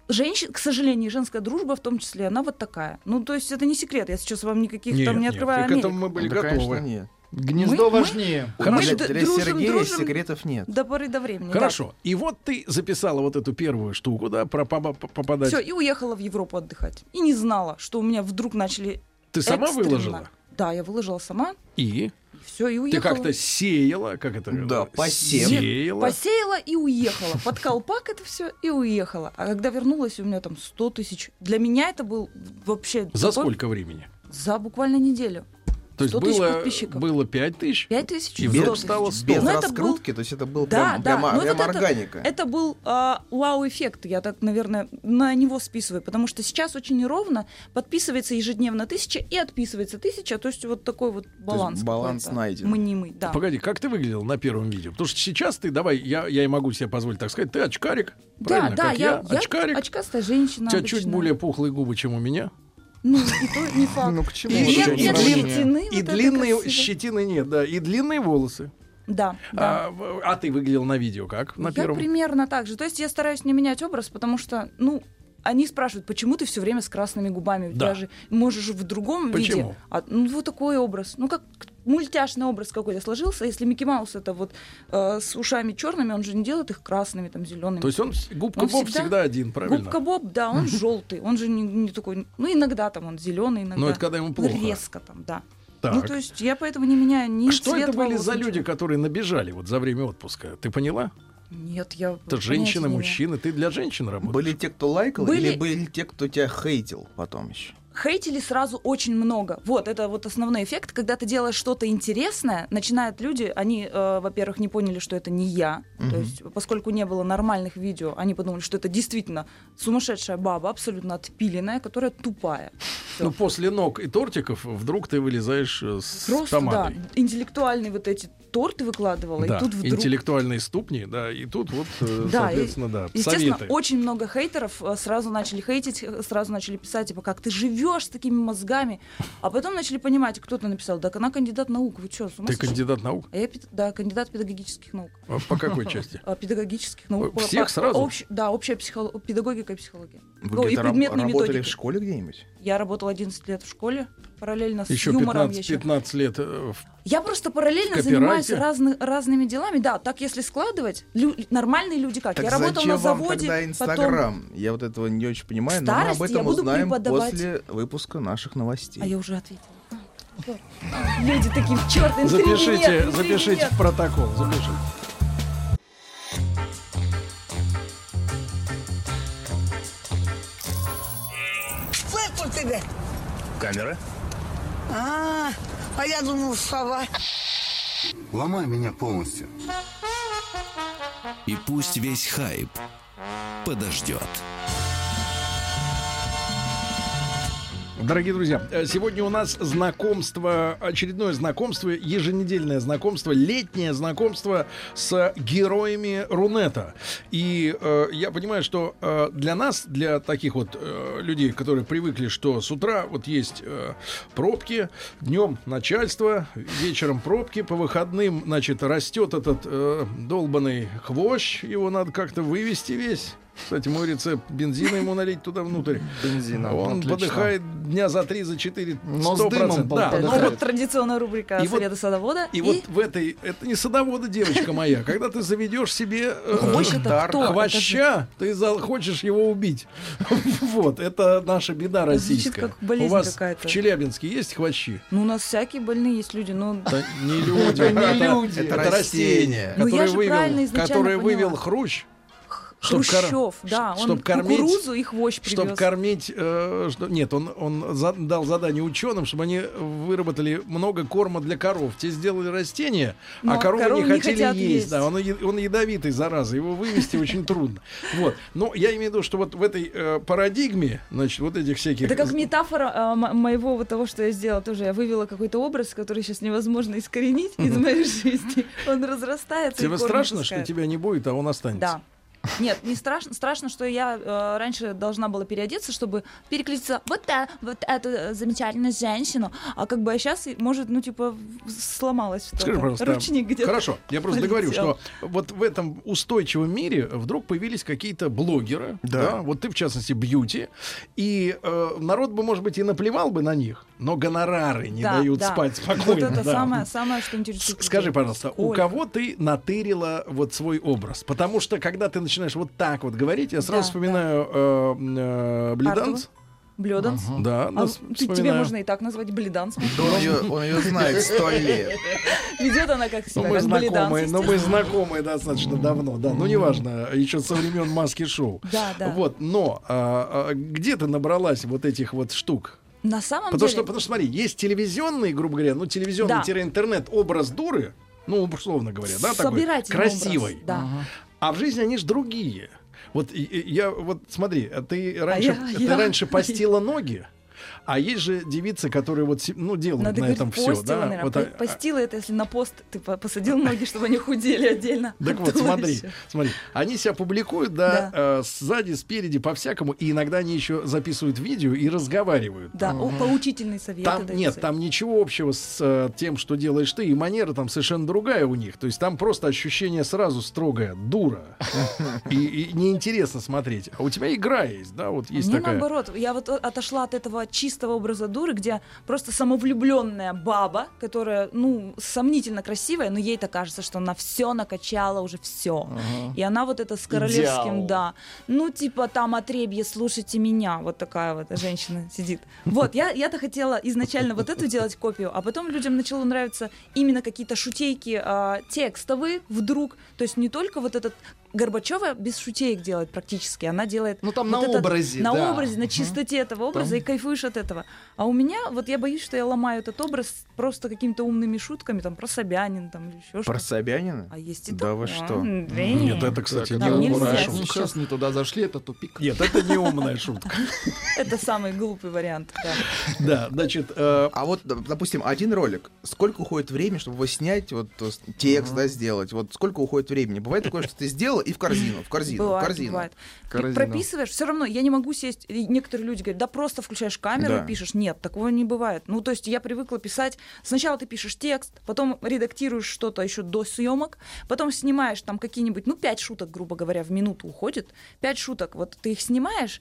[SPEAKER 6] женщин, к сожалению, женская дружба в том числе, она вот такая. Ну, то есть это не секрет. Я сейчас вам никаких
[SPEAKER 4] Нет,
[SPEAKER 6] там не
[SPEAKER 4] нет,
[SPEAKER 6] открываю
[SPEAKER 4] и к
[SPEAKER 6] Америку.
[SPEAKER 4] этому мы были
[SPEAKER 8] Да, конечно,
[SPEAKER 4] готовы.
[SPEAKER 8] нет.
[SPEAKER 7] Гнездо
[SPEAKER 6] Мы- мы-
[SPEAKER 7] важнее.
[SPEAKER 8] У
[SPEAKER 6] Хорошо.
[SPEAKER 8] меня
[SPEAKER 6] Мы
[SPEAKER 8] Для
[SPEAKER 6] дружим,
[SPEAKER 8] Сергея
[SPEAKER 6] дружим.
[SPEAKER 8] секретов нет.
[SPEAKER 6] До поры до времени.
[SPEAKER 4] Хорошо. И вот ты записала вот эту первую штуку, да, про попа- попадать.
[SPEAKER 6] Все, и уехала в Европу отдыхать. И не знала, что у меня вдруг начали
[SPEAKER 4] Ты сама
[SPEAKER 6] экстренно.
[SPEAKER 4] выложила?
[SPEAKER 6] Да, я выложила сама.
[SPEAKER 4] И?
[SPEAKER 6] Все, и
[SPEAKER 4] Ты
[SPEAKER 6] уехала.
[SPEAKER 4] как-то сеяла, как это?
[SPEAKER 8] Да, посев.
[SPEAKER 4] Сеяла.
[SPEAKER 6] Посеяла и уехала. Под колпак это все и уехала. А когда вернулась, у меня там 100 тысяч. Для меня это был вообще...
[SPEAKER 4] За
[SPEAKER 6] такой-
[SPEAKER 4] сколько времени?
[SPEAKER 6] За буквально неделю.
[SPEAKER 4] То есть
[SPEAKER 6] 100 тысяч
[SPEAKER 4] было,
[SPEAKER 6] подписчиков.
[SPEAKER 4] было 5 тысяч.
[SPEAKER 6] 5 тысяч?
[SPEAKER 4] И
[SPEAKER 8] Без-
[SPEAKER 4] вдруг стало 100.
[SPEAKER 8] Без
[SPEAKER 6] Ну, это
[SPEAKER 8] раскрутки, то есть это был
[SPEAKER 6] Да, да.
[SPEAKER 8] прям, прям,
[SPEAKER 6] Ну,
[SPEAKER 8] прям
[SPEAKER 6] вот это-
[SPEAKER 8] органика.
[SPEAKER 6] Это был а, вау-эффект, я так, наверное, на него списываю, потому что сейчас очень неровно подписывается ежедневно тысяча и отписывается тысяча, то есть вот такой вот баланс.
[SPEAKER 8] баланс
[SPEAKER 6] какой-то
[SPEAKER 8] найден.
[SPEAKER 6] Мнимый, да.
[SPEAKER 4] Погоди, как ты выглядел на первом видео? Потому что сейчас ты, давай, я, я и могу себе позволить так сказать, ты очкарик,
[SPEAKER 6] Да,
[SPEAKER 4] правильно,
[SPEAKER 6] да,
[SPEAKER 4] как
[SPEAKER 6] я, я
[SPEAKER 4] очкарик.
[SPEAKER 6] очкастая женщина.
[SPEAKER 4] У тебя
[SPEAKER 6] обычная.
[SPEAKER 4] чуть более пухлые губы, чем у меня.
[SPEAKER 6] Ну, и то не факт.
[SPEAKER 8] Ну к чему?
[SPEAKER 4] И
[SPEAKER 8] вот
[SPEAKER 4] еще
[SPEAKER 8] это
[SPEAKER 6] нет,
[SPEAKER 4] не
[SPEAKER 6] нет,
[SPEAKER 8] вообще?
[SPEAKER 4] важно.
[SPEAKER 6] длинные. вот
[SPEAKER 4] и
[SPEAKER 6] это
[SPEAKER 4] длинные
[SPEAKER 6] красиво.
[SPEAKER 4] щетины нет, да, и длинные волосы.
[SPEAKER 6] Да, да.
[SPEAKER 4] А, в- а ты выглядел на видео как? На
[SPEAKER 6] я
[SPEAKER 4] первом?
[SPEAKER 6] примерно так же. То есть я стараюсь не менять образ, потому что, ну, они спрашивают, почему ты все время с красными губами? Ведь
[SPEAKER 4] Да.
[SPEAKER 6] Даже можешь в другом
[SPEAKER 4] Почему?
[SPEAKER 6] виде. А, ну, вот такой образ. Ну, как мультяшный образ какой-то сложился. Если Микки Маус это вот э, с ушами черными, он же не делает их красными, там, зелеными.
[SPEAKER 4] То есть он с- губка
[SPEAKER 6] Он
[SPEAKER 4] Боб всегда,
[SPEAKER 6] всегда-
[SPEAKER 4] один, правильно?
[SPEAKER 6] Губка Боб, да, он желтый, он же не, не такой, ну иногда там он зеленый, иногда.
[SPEAKER 4] Но это когда ему плохо.
[SPEAKER 6] Резко там, да.
[SPEAKER 4] Так. А
[SPEAKER 6] Ну то есть я поэтому не меняю ни
[SPEAKER 4] Что
[SPEAKER 6] цвет
[SPEAKER 4] это были
[SPEAKER 6] волос,
[SPEAKER 4] за
[SPEAKER 6] ничего.
[SPEAKER 4] люди, которые набежали вот за время отпуска? Ты поняла?
[SPEAKER 6] Нет, я.
[SPEAKER 4] Это
[SPEAKER 6] понятия
[SPEAKER 4] женщины,
[SPEAKER 6] не имею.
[SPEAKER 4] мужчины. Ты для женщин работаешь?
[SPEAKER 8] Были те, кто лайкал,
[SPEAKER 6] Были-
[SPEAKER 8] или были те, кто тебя хейтил потом еще?
[SPEAKER 6] хейтили сразу очень много. Вот, это вот основной эффект. Когда ты делаешь что-то интересное, начинают люди, они, э, во-первых, не поняли, что это не я. То
[SPEAKER 8] Мгм.
[SPEAKER 6] есть, поскольку не было нормальных видео, они подумали, что это действительно сумасшедшая баба, абсолютно отпиленная, которая тупая.
[SPEAKER 4] Ну, после ног и тортиков вдруг ты вылезаешь э, с
[SPEAKER 6] Просто,
[SPEAKER 4] помадой.
[SPEAKER 6] да, интеллектуальные вот эти торты выкладывала,
[SPEAKER 4] Да,
[SPEAKER 6] и тут вдруг...
[SPEAKER 4] интеллектуальные ступни, да, и тут вот, э,
[SPEAKER 6] Да, и-
[SPEAKER 4] соответственно, да,
[SPEAKER 6] Естественно,
[SPEAKER 4] советы.
[SPEAKER 6] очень много хейтеров э, сразу начали хейтить, э, сразу начали писать, типа, как ты живешь с такими мозгами. А потом начали понимать, кто-то написал, да она кандидат наук, вы что, с ума
[SPEAKER 4] Ты
[SPEAKER 6] сошли?»
[SPEAKER 4] кандидат наук?
[SPEAKER 6] А Я пед- да, кандидат педагогических наук.
[SPEAKER 4] А По какой части?
[SPEAKER 6] А, Педагогических наук.
[SPEAKER 4] Э, всех
[SPEAKER 6] По-
[SPEAKER 4] сразу?
[SPEAKER 6] общ- да, общая психо- педагогика и психология.
[SPEAKER 8] Вы
[SPEAKER 6] Ну, и
[SPEAKER 8] где-то раб-
[SPEAKER 6] предметные
[SPEAKER 8] работали
[SPEAKER 6] методики.
[SPEAKER 8] в школе где-нибудь?
[SPEAKER 6] Я работала 11 лет в школе, параллельно с
[SPEAKER 4] Еще
[SPEAKER 6] юмором.
[SPEAKER 4] 15,
[SPEAKER 6] я, ещё-
[SPEAKER 4] 15 лет. э, в-
[SPEAKER 6] Я просто параллельно
[SPEAKER 4] в
[SPEAKER 6] занимаюсь
[SPEAKER 4] копирайте.
[SPEAKER 6] разны- разными делами. Да, так если складывать, лю- нормальные люди как?
[SPEAKER 8] Так
[SPEAKER 6] я работала
[SPEAKER 8] зачем
[SPEAKER 6] на
[SPEAKER 8] вам
[SPEAKER 6] заводе,
[SPEAKER 8] тогда
[SPEAKER 6] потом...
[SPEAKER 8] Инстаграм? Я вот этого не очень понимаю,
[SPEAKER 6] В
[SPEAKER 8] но мы об
[SPEAKER 6] старости я
[SPEAKER 8] этом
[SPEAKER 6] буду
[SPEAKER 8] узнаем
[SPEAKER 6] преподавать.
[SPEAKER 8] после выпуска наших новостей.
[SPEAKER 6] А я уже ответила. Люди такие, черт, интриги нет,
[SPEAKER 4] Запишите,
[SPEAKER 6] интриги
[SPEAKER 4] запишите
[SPEAKER 6] нет».
[SPEAKER 4] в протокол, запишите.
[SPEAKER 9] Фыркнул тебе.
[SPEAKER 1] Камера?
[SPEAKER 9] А, а я думал, сова.
[SPEAKER 10] Ломай меня полностью.
[SPEAKER 1] И пусть весь хайп подождет.
[SPEAKER 4] Дорогие друзья, э, сегодня у нас знакомство, очередное знакомство, еженедельное знакомство, летнее знакомство с героями Рунета. И э, я понимаю, что э, для нас, для таких вот э, людей, которые привыкли, что с утра вот есть э, пробки, днем начальство, вечером пробки, по выходным, значит, растет этот э, долбанный хвощ, его надо как-то вывести весь. Кстати, мой рецепт бензина ему налить туда внутрь.
[SPEAKER 7] Бензина.
[SPEAKER 4] Он
[SPEAKER 7] отлично.
[SPEAKER 4] подыхает дня за три, за четыре,
[SPEAKER 7] Но с
[SPEAKER 4] сто
[SPEAKER 7] дымом
[SPEAKER 4] процентов.
[SPEAKER 7] был
[SPEAKER 4] Да,
[SPEAKER 7] подыхает.
[SPEAKER 4] но
[SPEAKER 6] Ну
[SPEAKER 4] вот-
[SPEAKER 6] вот традиционная рубрика
[SPEAKER 4] И вот-
[SPEAKER 6] «Советы садовода».
[SPEAKER 4] и вот в этой, это не садовода, девочка моя, когда ты заведешь себе э,
[SPEAKER 6] Хвощ это
[SPEAKER 4] дар
[SPEAKER 6] кто? Это
[SPEAKER 4] хвоща, ты захочешь его убить. Вот, это наша беда
[SPEAKER 6] Звучит
[SPEAKER 4] российская.
[SPEAKER 6] как болезнь
[SPEAKER 4] У вас
[SPEAKER 6] какая-то.
[SPEAKER 4] в Челябинске есть хвощи?
[SPEAKER 6] Ну, у нас всякие больные есть люди, ну, но
[SPEAKER 4] Да не люди,
[SPEAKER 7] Это не люди.
[SPEAKER 4] это
[SPEAKER 8] Это
[SPEAKER 4] растение,
[SPEAKER 8] растение.
[SPEAKER 6] Ну, я
[SPEAKER 4] которое
[SPEAKER 6] же правильно
[SPEAKER 4] вывел,
[SPEAKER 6] изначально
[SPEAKER 4] которое
[SPEAKER 6] поняла.
[SPEAKER 4] вывел Хрущ. Чтоб кор-
[SPEAKER 6] Хрущев, да, он
[SPEAKER 4] чтоб кормить-
[SPEAKER 6] кукурузу и хвощ привез.
[SPEAKER 4] Чтобы кормить, э, что- нет, он, он за- дал задание ученым, чтобы они выработали много корма для коров. Те сделали растения, а
[SPEAKER 6] Но
[SPEAKER 4] коровы,
[SPEAKER 6] коровы
[SPEAKER 4] не
[SPEAKER 6] не
[SPEAKER 4] хотели
[SPEAKER 6] хотят
[SPEAKER 4] есть.
[SPEAKER 6] есть.
[SPEAKER 4] Да, он, е- он ядовитый, зараза, его вывести очень трудно. Вот, но я имею в виду, что вот в этой э, парадигме, значит, вот этих всяких...
[SPEAKER 6] Это как метафора а, мо- моего вот того, что я сделала тоже. Я вывела какой-то образ, который сейчас невозможно искоренить из моей жизни. Он разрастается. и
[SPEAKER 4] Тебе
[SPEAKER 6] корни
[SPEAKER 4] страшно, что
[SPEAKER 6] пускает.
[SPEAKER 4] тебя не будет, а он останется?
[SPEAKER 6] Да. Нет, не страшно. Страшно, что я э, раньше должна была переодеться, чтобы переключиться вот, э- вот эту э, замечательную женщину. А как бы я сейчас, может, ну, типа, в- сломалась что-то.
[SPEAKER 4] Скажи, пожалуйста,
[SPEAKER 6] Ручник где-то.
[SPEAKER 4] Хорошо, я просто
[SPEAKER 6] полетел.
[SPEAKER 4] договорю, что вот в этом устойчивом мире вдруг появились какие-то блогеры, да.
[SPEAKER 8] Да.
[SPEAKER 4] вот ты в частности бьюти, и э, народ бы, может быть, и наплевал бы на них, но гонорары не
[SPEAKER 6] Да,
[SPEAKER 4] дают
[SPEAKER 6] да.
[SPEAKER 4] спать спокойно.
[SPEAKER 6] Вот это
[SPEAKER 4] да.
[SPEAKER 6] самое, самое, что интересует.
[SPEAKER 4] С-
[SPEAKER 6] людей.
[SPEAKER 4] Скажи, пожалуйста, у
[SPEAKER 6] Сколько?
[SPEAKER 4] кого ты натырила вот свой образ? Потому что когда ты начинаешь вот так вот говорить, я сразу
[SPEAKER 6] Да,
[SPEAKER 4] вспоминаю э, м, э, Блиданс.
[SPEAKER 6] Блёданс.
[SPEAKER 4] Да,
[SPEAKER 6] А,
[SPEAKER 4] да, с-
[SPEAKER 6] ты- тебя
[SPEAKER 4] Ну, вспоминаю.
[SPEAKER 6] можно и так назвать блиданцем.
[SPEAKER 8] Он ее, знает сто лет.
[SPEAKER 6] Ведет она как
[SPEAKER 4] Ну,
[SPEAKER 6] себя,
[SPEAKER 4] мы
[SPEAKER 6] как
[SPEAKER 4] знакомые, ну,
[SPEAKER 6] блиданс,
[SPEAKER 4] но мы знакомые достаточно давно, да. Ну, неважно, еще со времен маски шоу.
[SPEAKER 6] Да, да.
[SPEAKER 4] Вот, но а, а, где ты набралась вот этих вот штук?
[SPEAKER 6] На самом
[SPEAKER 4] Потому что,
[SPEAKER 6] деле...
[SPEAKER 4] потому что, смотри, есть телевизионный, грубо говоря, ну, телевизионный-интернет образ дуры, ну, условно говоря, да, такой,
[SPEAKER 6] Собирательный
[SPEAKER 4] красивый.
[SPEAKER 6] образ, да. Ага.
[SPEAKER 4] А в жизни они же другие. Вот и- и я, вот смотри, а ты раньше,
[SPEAKER 6] я-
[SPEAKER 4] ты
[SPEAKER 6] я-
[SPEAKER 4] раньше постила ноги, а есть же девицы, которые вот, се- ну, делают
[SPEAKER 6] Надо
[SPEAKER 4] на
[SPEAKER 6] говорить,
[SPEAKER 4] этом все,
[SPEAKER 6] постила,
[SPEAKER 4] да.
[SPEAKER 6] наверное.
[SPEAKER 4] Вот,
[SPEAKER 6] По-
[SPEAKER 4] а-
[SPEAKER 6] Постила это, если на пост ты по- посадил ноги, чтобы они худели отдельно.
[SPEAKER 4] Так
[SPEAKER 6] от
[SPEAKER 4] вот, смотри,
[SPEAKER 6] туловища.
[SPEAKER 4] смотри, они себя публикуют, да, э, сзади, спереди, по-всякому, и иногда они еще записывают видео и разговаривают.
[SPEAKER 6] Да, о, поучительный совет.
[SPEAKER 4] Там нет, там ничего общего с э, тем, что делаешь ты, и манера там совершенно другая у них. То есть там просто ощущение сразу строгое, дура. И, и неинтересно смотреть. А у тебя игра есть, да, вот есть
[SPEAKER 6] Мне
[SPEAKER 4] такая.
[SPEAKER 6] наоборот, я вот о- отошла от этого чистого образа дуры, где просто самовлюбленная баба, которая, ну, сомнительно красивая, но ей-то кажется, что она все накачала, уже все. И она вот это с королевским,
[SPEAKER 7] Идеал.
[SPEAKER 6] да. Ну, типа там отребье, слушайте меня. Вот такая вот женщина сидит. Вот, я, я-то хотела изначально вот эту делать копию, а потом людям начало нравиться именно какие-то шутейки а, текстовые вдруг. То есть не только вот этот Горбачева без шутеек делает практически, она делает
[SPEAKER 7] Ну, там
[SPEAKER 6] вот
[SPEAKER 7] на
[SPEAKER 6] этот-
[SPEAKER 7] образе,
[SPEAKER 6] на
[SPEAKER 7] да.
[SPEAKER 6] образе, на чистоте этого образа и кайфуешь от этого. А у меня, вот я боюсь, что я ломаю этот образ просто какими-то умными шутками, там, про Собянин, там, или еще
[SPEAKER 8] Про
[SPEAKER 6] что-то.
[SPEAKER 8] Собянина?
[SPEAKER 6] А есть и
[SPEAKER 8] Да вы
[SPEAKER 6] такое.
[SPEAKER 8] что?
[SPEAKER 6] М, да
[SPEAKER 4] Нет, это, кстати,
[SPEAKER 6] Да,
[SPEAKER 4] не
[SPEAKER 6] нельзя.
[SPEAKER 4] умная
[SPEAKER 6] Хорошо.
[SPEAKER 7] Ну,
[SPEAKER 4] шутка.
[SPEAKER 7] сейчас не туда зашли, это тупик.
[SPEAKER 4] Нет, это не умная шутка.
[SPEAKER 6] Это самый глупый вариант, да.
[SPEAKER 4] Да, значит, э,
[SPEAKER 8] А вот, доп- допустим, один ролик, сколько уходит времени, чтобы его снять, вот то есть текст, да, сделать, вот сколько уходит времени? Бывает такое, что ты сделал и в корзину, в корзину, в
[SPEAKER 6] Бывает,
[SPEAKER 8] корзину.
[SPEAKER 6] бывает. Ты
[SPEAKER 7] Корзину.
[SPEAKER 6] прописываешь, все равно я не могу сесть. И некоторые люди говорят, да просто включаешь камеру
[SPEAKER 8] Да.
[SPEAKER 6] и пишешь. Нет, такого не бывает. Ну, то есть я привыкла писать. Сначала ты пишешь текст, потом редактируешь что-то еще до съемок, потом снимаешь там какие-нибудь, ну, пять шуток, грубо говоря, в минуту уходит. Пять шуток, вот ты их снимаешь,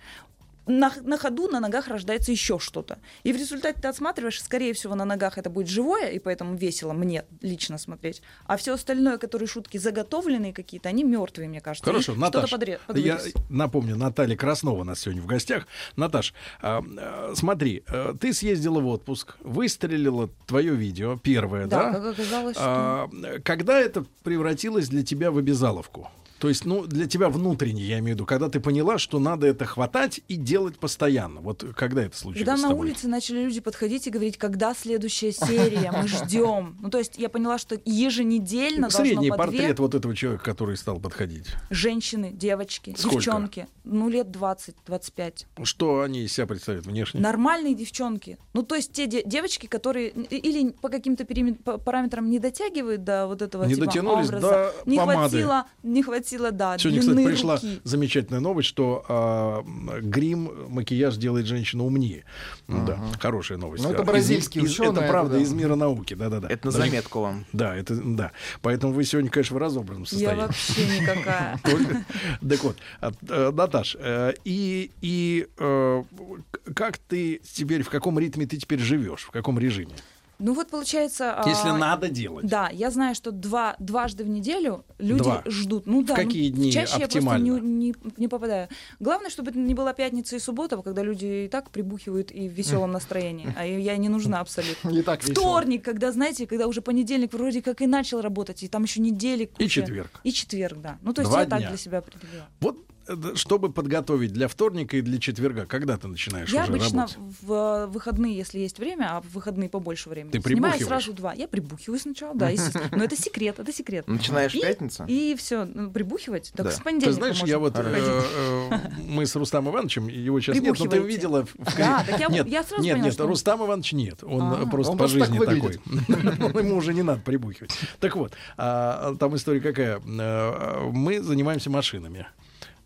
[SPEAKER 6] на, на ходу на ногах рождается еще что-то. И в результате ты отсматриваешь, скорее всего, на ногах это будет живое, и поэтому весело мне лично смотреть. А все остальное, которые шутки заготовленные какие-то, они мертвые, мне кажется.
[SPEAKER 4] Хорошо,
[SPEAKER 6] И
[SPEAKER 4] Наташа,
[SPEAKER 6] Что-то подре-
[SPEAKER 4] я
[SPEAKER 6] подвылез.
[SPEAKER 4] напомню, Наталья Краснова у нас сегодня в гостях. Наташ, а, а, смотри, э, ты съездила в отпуск, выстрелила твое видео первое, да?
[SPEAKER 6] Да, как оказалось, что...
[SPEAKER 4] А, когда это превратилось для тебя в обязаловку? То есть, ну, для тебя внутренне, я имею в виду, когда ты поняла, что надо это хватать и делать постоянно. Вот когда это случилось
[SPEAKER 6] Когда
[SPEAKER 4] с
[SPEAKER 6] на
[SPEAKER 4] тобой?
[SPEAKER 6] улице начали люди подходить и говорить, когда следующая серия, мы ждем. Ну, то есть я поняла, что еженедельно должно
[SPEAKER 4] Средний
[SPEAKER 6] по две
[SPEAKER 4] портрет вот этого человека, который стал подходить.
[SPEAKER 6] женщины, девочки,
[SPEAKER 4] Сколько?
[SPEAKER 6] девчонки. Ну, лет 20-25.
[SPEAKER 4] Что они из себя представляют внешне?
[SPEAKER 6] Нормальные девчонки. Ну, то есть те де- девочки, которые и- или по каким-то периме- па- параметрам не дотягивают до вот этого
[SPEAKER 4] Не
[SPEAKER 6] типа
[SPEAKER 4] дотянулись
[SPEAKER 6] образа.
[SPEAKER 4] до
[SPEAKER 6] не
[SPEAKER 4] помады.
[SPEAKER 6] хватило, не хватило, да,
[SPEAKER 4] Сегодня,
[SPEAKER 6] длины
[SPEAKER 4] кстати, пришла
[SPEAKER 6] руки.
[SPEAKER 4] замечательная новость, что а, м, грим, макияж делает женщину умнее. Ну да, хорошая новость.
[SPEAKER 7] Ну, это
[SPEAKER 4] Из-
[SPEAKER 7] бразильские
[SPEAKER 4] из-
[SPEAKER 7] ученые,
[SPEAKER 4] Это
[SPEAKER 7] это
[SPEAKER 4] правда
[SPEAKER 7] да.
[SPEAKER 4] из мира науки, да-да-да.
[SPEAKER 8] Это на
[SPEAKER 4] Даже-
[SPEAKER 8] заметку вам.
[SPEAKER 4] Да, это да. Поэтому вы сегодня, конечно, в разобранном
[SPEAKER 6] Я
[SPEAKER 4] состоянии.
[SPEAKER 6] вообще никакая.
[SPEAKER 4] Только- Так вот, а, э, Наташ, э, и, и э, к- как ты теперь, в каком ритме ты теперь живешь, в каком режиме?
[SPEAKER 6] Ну вот получается... а,
[SPEAKER 4] Если надо делать.
[SPEAKER 6] Да, я знаю, что два, дважды в неделю люди
[SPEAKER 4] Два.
[SPEAKER 6] ждут. Ну да, ну,
[SPEAKER 4] какие дни
[SPEAKER 6] чаще я
[SPEAKER 4] оптимально?
[SPEAKER 6] просто не, не- не попадаю. Главное, чтобы это не была пятница и суббота, когда люди и так прибухивают и в веселом настроении. А я не нужна абсолютно.
[SPEAKER 7] Не так весело.
[SPEAKER 6] Вторник, когда, знаете, когда уже понедельник вроде как и начал работать, и там еще недели
[SPEAKER 4] И
[SPEAKER 6] куча.
[SPEAKER 4] четверг.
[SPEAKER 6] И четверг, да. Ну, то есть
[SPEAKER 4] Два
[SPEAKER 6] я так
[SPEAKER 4] дня.
[SPEAKER 6] для себя определила.
[SPEAKER 4] Вот э, да, чтобы подготовить для вторника и для четверга, когда ты начинаешь
[SPEAKER 6] я
[SPEAKER 4] уже
[SPEAKER 6] обычно
[SPEAKER 4] работать?
[SPEAKER 6] в э, выходные, если есть время, а в выходные побольше времени,
[SPEAKER 4] Ты
[SPEAKER 6] снимаю
[SPEAKER 4] прибухиваешь?
[SPEAKER 6] сразу два. Я прибухиваю сначала, да, естественно. Но это секрет, это секрет.
[SPEAKER 8] Начинаешь
[SPEAKER 6] И-
[SPEAKER 8] в пятницу?
[SPEAKER 6] И все, прибухивать, так
[SPEAKER 8] Да.
[SPEAKER 6] с
[SPEAKER 4] Ты
[SPEAKER 6] понедельника
[SPEAKER 4] знаешь,
[SPEAKER 6] можно
[SPEAKER 4] я вот э,
[SPEAKER 6] проходить.
[SPEAKER 4] э, мы с Рустам Ивановичем, его сейчас нет, но ты
[SPEAKER 6] Прибухиваете.
[SPEAKER 4] видела. в- в-
[SPEAKER 6] Да, А, так я-
[SPEAKER 4] нет,
[SPEAKER 6] я сразу
[SPEAKER 4] нет,
[SPEAKER 6] поняла,
[SPEAKER 4] нет,
[SPEAKER 6] что он-
[SPEAKER 4] Рустам Иванович нет, он э,
[SPEAKER 6] А.
[SPEAKER 4] просто
[SPEAKER 7] Он
[SPEAKER 4] по
[SPEAKER 7] просто так
[SPEAKER 4] жизни
[SPEAKER 7] выглядит.
[SPEAKER 4] такой. Ему уже не надо прибухивать. Так вот, а, там история какая. Э, Мы занимаемся машинами,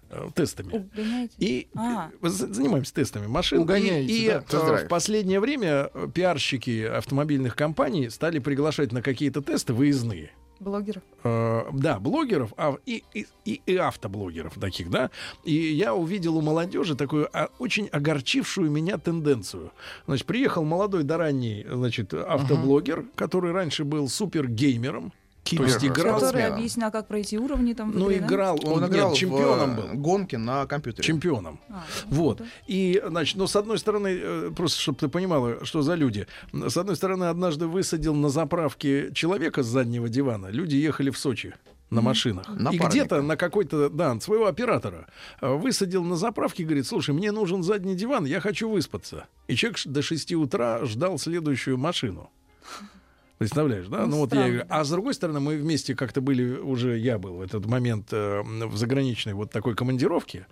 [SPEAKER 4] э, тестами.
[SPEAKER 6] Угоняете?
[SPEAKER 4] И
[SPEAKER 6] А.
[SPEAKER 4] э, за- занимаемся тестами машин.
[SPEAKER 7] Угоняете,
[SPEAKER 4] и и,
[SPEAKER 7] да,
[SPEAKER 4] э,
[SPEAKER 8] тест-драйв.
[SPEAKER 4] в последнее время э, пиарщики автомобильных компаний стали приглашать на какие-то тесты выездные.
[SPEAKER 6] Блогеров.
[SPEAKER 4] Э, да, блогеров а, и, и, и- и автоблогеров таких, да. И я увидел у молодежи такую а, очень огорчившую меня тенденцию. Значит, приехал молодой да ранний, значит, автоблогер, который раньше был супергеймером, то есть играл,
[SPEAKER 6] Который
[SPEAKER 8] Спортсменом.
[SPEAKER 6] объяснял, как пройти уровни там. в
[SPEAKER 4] ну
[SPEAKER 6] игре, да?
[SPEAKER 4] играл, он,
[SPEAKER 8] Он
[SPEAKER 4] нет,
[SPEAKER 8] играл
[SPEAKER 4] чемпионом был.
[SPEAKER 8] в э, гонке на компьютере.
[SPEAKER 4] Чемпионом.
[SPEAKER 6] А,
[SPEAKER 4] Вот. И, значит, ну, с одной стороны, э, просто чтобы ты понимала, что за люди. С одной стороны, однажды высадил на заправке человека с заднего дивана. Люди ехали в Сочи на машинах. и
[SPEAKER 8] Напарника.
[SPEAKER 4] где-то на какой-то, да, своего оператора э, высадил на заправке, говорит, слушай, мне нужен задний диван, я хочу выспаться. И человек ш- до 6 утра ждал следующую машину. Представляешь, да?
[SPEAKER 6] Ну,
[SPEAKER 4] Ну, вот
[SPEAKER 6] странно,
[SPEAKER 4] я и говорю. А с другой стороны, мы вместе как-то были, уже я был в этот момент э, в заграничной вот такой командировке.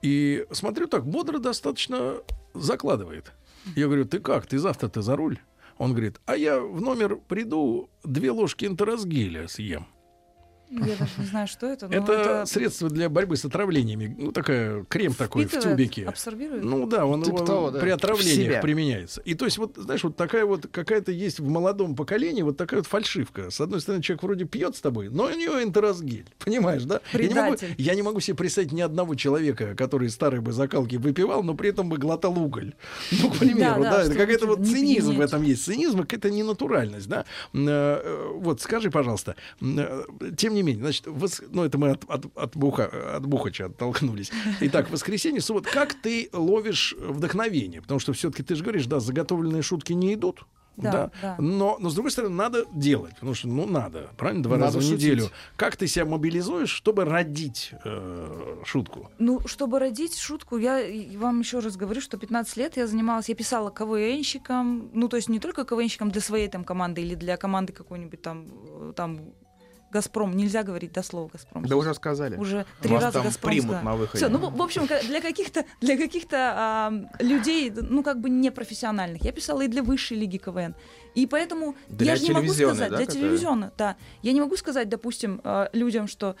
[SPEAKER 4] И смотрю, так бодро достаточно закладывает. Я говорю, ты как, ты завтра-то за руль? Он говорит, а я в номер приду, две ложки энтеросгеля съем.
[SPEAKER 6] Я даже не знаю, что Ну, это. но
[SPEAKER 4] это, средство для борьбы с отравлениями. Ну, такая крем такой в
[SPEAKER 6] впитывает,
[SPEAKER 4] тюбике.
[SPEAKER 6] Абсорбирует.
[SPEAKER 4] Ну да, он
[SPEAKER 7] Типа
[SPEAKER 4] его
[SPEAKER 7] того, да.
[SPEAKER 4] при
[SPEAKER 8] В
[SPEAKER 4] отравлениях
[SPEAKER 8] себя.
[SPEAKER 4] применяется. И то есть вот, знаешь, вот такая вот какая-то есть в молодом поколении вот такая вот фальшивка. С одной стороны, человек вроде пьет с тобой, но у него энтеросгель. Понимаешь, да? Я не, могу,
[SPEAKER 6] Предатель.
[SPEAKER 4] я не могу себе представить ни одного человека, который старые бы закалки выпивал, но при этом бы глотал уголь. Ну, к примеру,
[SPEAKER 6] да,
[SPEAKER 4] да, это
[SPEAKER 6] чтобы
[SPEAKER 4] какая-то вот
[SPEAKER 6] не
[SPEAKER 4] цинизм в
[SPEAKER 6] пьянеть.
[SPEAKER 4] этом есть. Цинизм и какая-то ненатуральность, да? М, э, э, Вот, скажи, пожалуйста, м, э, тем не менее, значит, вос- ну, это мы от, от, от, Буха- от Бухача оттолкнулись. Итак, воскресенье, суббота. Как ты ловишь вдохновение? Потому что все-таки ты же говоришь, да, заготовленные шутки не идут.
[SPEAKER 6] Да,
[SPEAKER 4] Да,
[SPEAKER 6] да.
[SPEAKER 4] Но, но с другой стороны, надо делать, потому что ну надо, правильно, два
[SPEAKER 7] Надо
[SPEAKER 4] раза в
[SPEAKER 7] шутить.
[SPEAKER 4] неделю. Как ты себя мобилизуешь, чтобы родить э, шутку?
[SPEAKER 6] Ну, чтобы родить шутку, я и вам еще раз говорю, что 15 лет я занималась, я писала КВНщикам, ну, то есть не только КВНщикам для своей там команды или для команды какой-нибудь там, э, там, Газпром, нельзя говорить до слова Газпром.
[SPEAKER 8] Да уже сказали.
[SPEAKER 6] Уже три
[SPEAKER 8] Вас
[SPEAKER 6] раза
[SPEAKER 8] там
[SPEAKER 6] Газпром
[SPEAKER 8] примут на выходе.
[SPEAKER 6] Все, ну, в в общем, ка- для каких-то для каких-то а, людей, ну, как бы непрофессиональных. Я писала и для высшей лиги КВН. И поэтому
[SPEAKER 8] Для
[SPEAKER 6] я же не могу
[SPEAKER 8] телевизионной,
[SPEAKER 6] сказать,
[SPEAKER 8] да,
[SPEAKER 6] для
[SPEAKER 8] которая?
[SPEAKER 6] телевизиона, да. Я не могу сказать, допустим, а, людям, что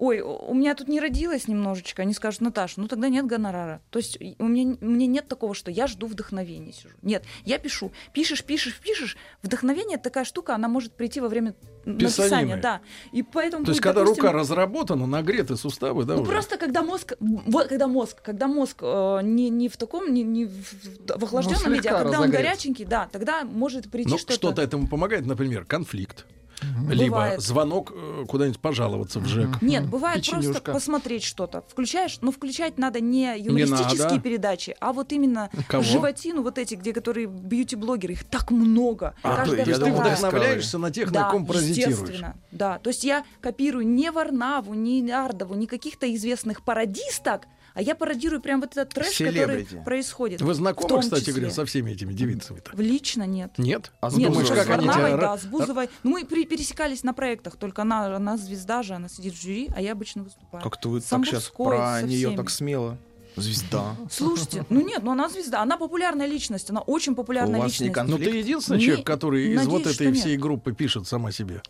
[SPEAKER 6] Ой, у у меня тут не родилось немножечко. Они скажут, Наташа, ну тогда нет гонорара. То есть и у меня, у меня нет такого, что я жду вдохновения сижу. Нет, я пишу. Пишешь, пишешь, пишешь. Вдохновение — это такая штука, она может прийти во время написания.
[SPEAKER 4] Писанины.
[SPEAKER 6] Да. И поэтому...
[SPEAKER 4] То есть,
[SPEAKER 6] будет,
[SPEAKER 4] когда
[SPEAKER 6] Ну, допустим,
[SPEAKER 4] рука разработана, нагреты суставы, да?
[SPEAKER 6] ну
[SPEAKER 4] уже?
[SPEAKER 6] просто когда мозг, вот когда мозг, когда мозг э, не, не в таком, не, не в, в- в охлажденном
[SPEAKER 7] Ну,
[SPEAKER 6] виде, а
[SPEAKER 7] слегка
[SPEAKER 6] когда он
[SPEAKER 7] разогрет.
[SPEAKER 6] горяченький, да, тогда может прийти
[SPEAKER 4] Ну,
[SPEAKER 6] что-то.
[SPEAKER 4] что-то этому помогает, например, конфликт. Либо
[SPEAKER 6] Бывает.
[SPEAKER 4] звонок э, куда-нибудь пожаловаться в ЖЭК.
[SPEAKER 6] Нет, бывает
[SPEAKER 7] Печенюшка.
[SPEAKER 6] просто посмотреть что-то. Включаешь, но включать надо не юмористические
[SPEAKER 4] надо.
[SPEAKER 6] передачи, а вот именно
[SPEAKER 4] Кого?
[SPEAKER 6] животину вот эти, где которые бьюти-блогеры, их так много.
[SPEAKER 8] А,
[SPEAKER 6] Каждая
[SPEAKER 8] то есть
[SPEAKER 4] То есть ты
[SPEAKER 8] думал,
[SPEAKER 6] вторая.
[SPEAKER 8] вдохновляешь
[SPEAKER 4] вдохновляешься на тех, на ком паразитируешь.
[SPEAKER 6] естественно, да. То есть я копирую не Варнаву, не Нардову, не каких-то известных пародисток, а я пародирую прям вот этот трэш,
[SPEAKER 8] Селебрити.
[SPEAKER 6] который происходит.
[SPEAKER 4] Вы
[SPEAKER 6] В
[SPEAKER 4] знакомы,
[SPEAKER 6] том
[SPEAKER 4] кстати
[SPEAKER 6] числе.
[SPEAKER 4] говоря, со всеми этими девицами-то?
[SPEAKER 6] В Лично нет.
[SPEAKER 4] Нет?
[SPEAKER 8] А с
[SPEAKER 6] Нет,
[SPEAKER 8] Бузовой
[SPEAKER 4] Думаешь,
[SPEAKER 6] ну,
[SPEAKER 4] как
[SPEAKER 6] с
[SPEAKER 4] они
[SPEAKER 6] Варнавой,
[SPEAKER 4] тебя...
[SPEAKER 6] да,
[SPEAKER 4] ра-
[SPEAKER 6] с Бузовой. Ну, мы при- пересекались на проектах, только она, она звезда же, она сидит в жюри, а я обычно выступаю.
[SPEAKER 8] Как-то вы так сейчас
[SPEAKER 6] Самбурской
[SPEAKER 8] про
[SPEAKER 6] со
[SPEAKER 8] нее
[SPEAKER 6] всеми.
[SPEAKER 8] так смело. Звезда.
[SPEAKER 6] Слушайте, ну нет, ну она звезда, она популярная личность, она очень
[SPEAKER 8] У
[SPEAKER 6] популярная
[SPEAKER 8] вас не
[SPEAKER 6] личность.
[SPEAKER 4] Ну,
[SPEAKER 8] конфликт.
[SPEAKER 4] ты единственный
[SPEAKER 6] Не-
[SPEAKER 4] человек, который из вот
[SPEAKER 6] надеюсь,
[SPEAKER 4] этой
[SPEAKER 6] что
[SPEAKER 4] всей группы пишет сама себе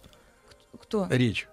[SPEAKER 6] Кто?
[SPEAKER 4] речь.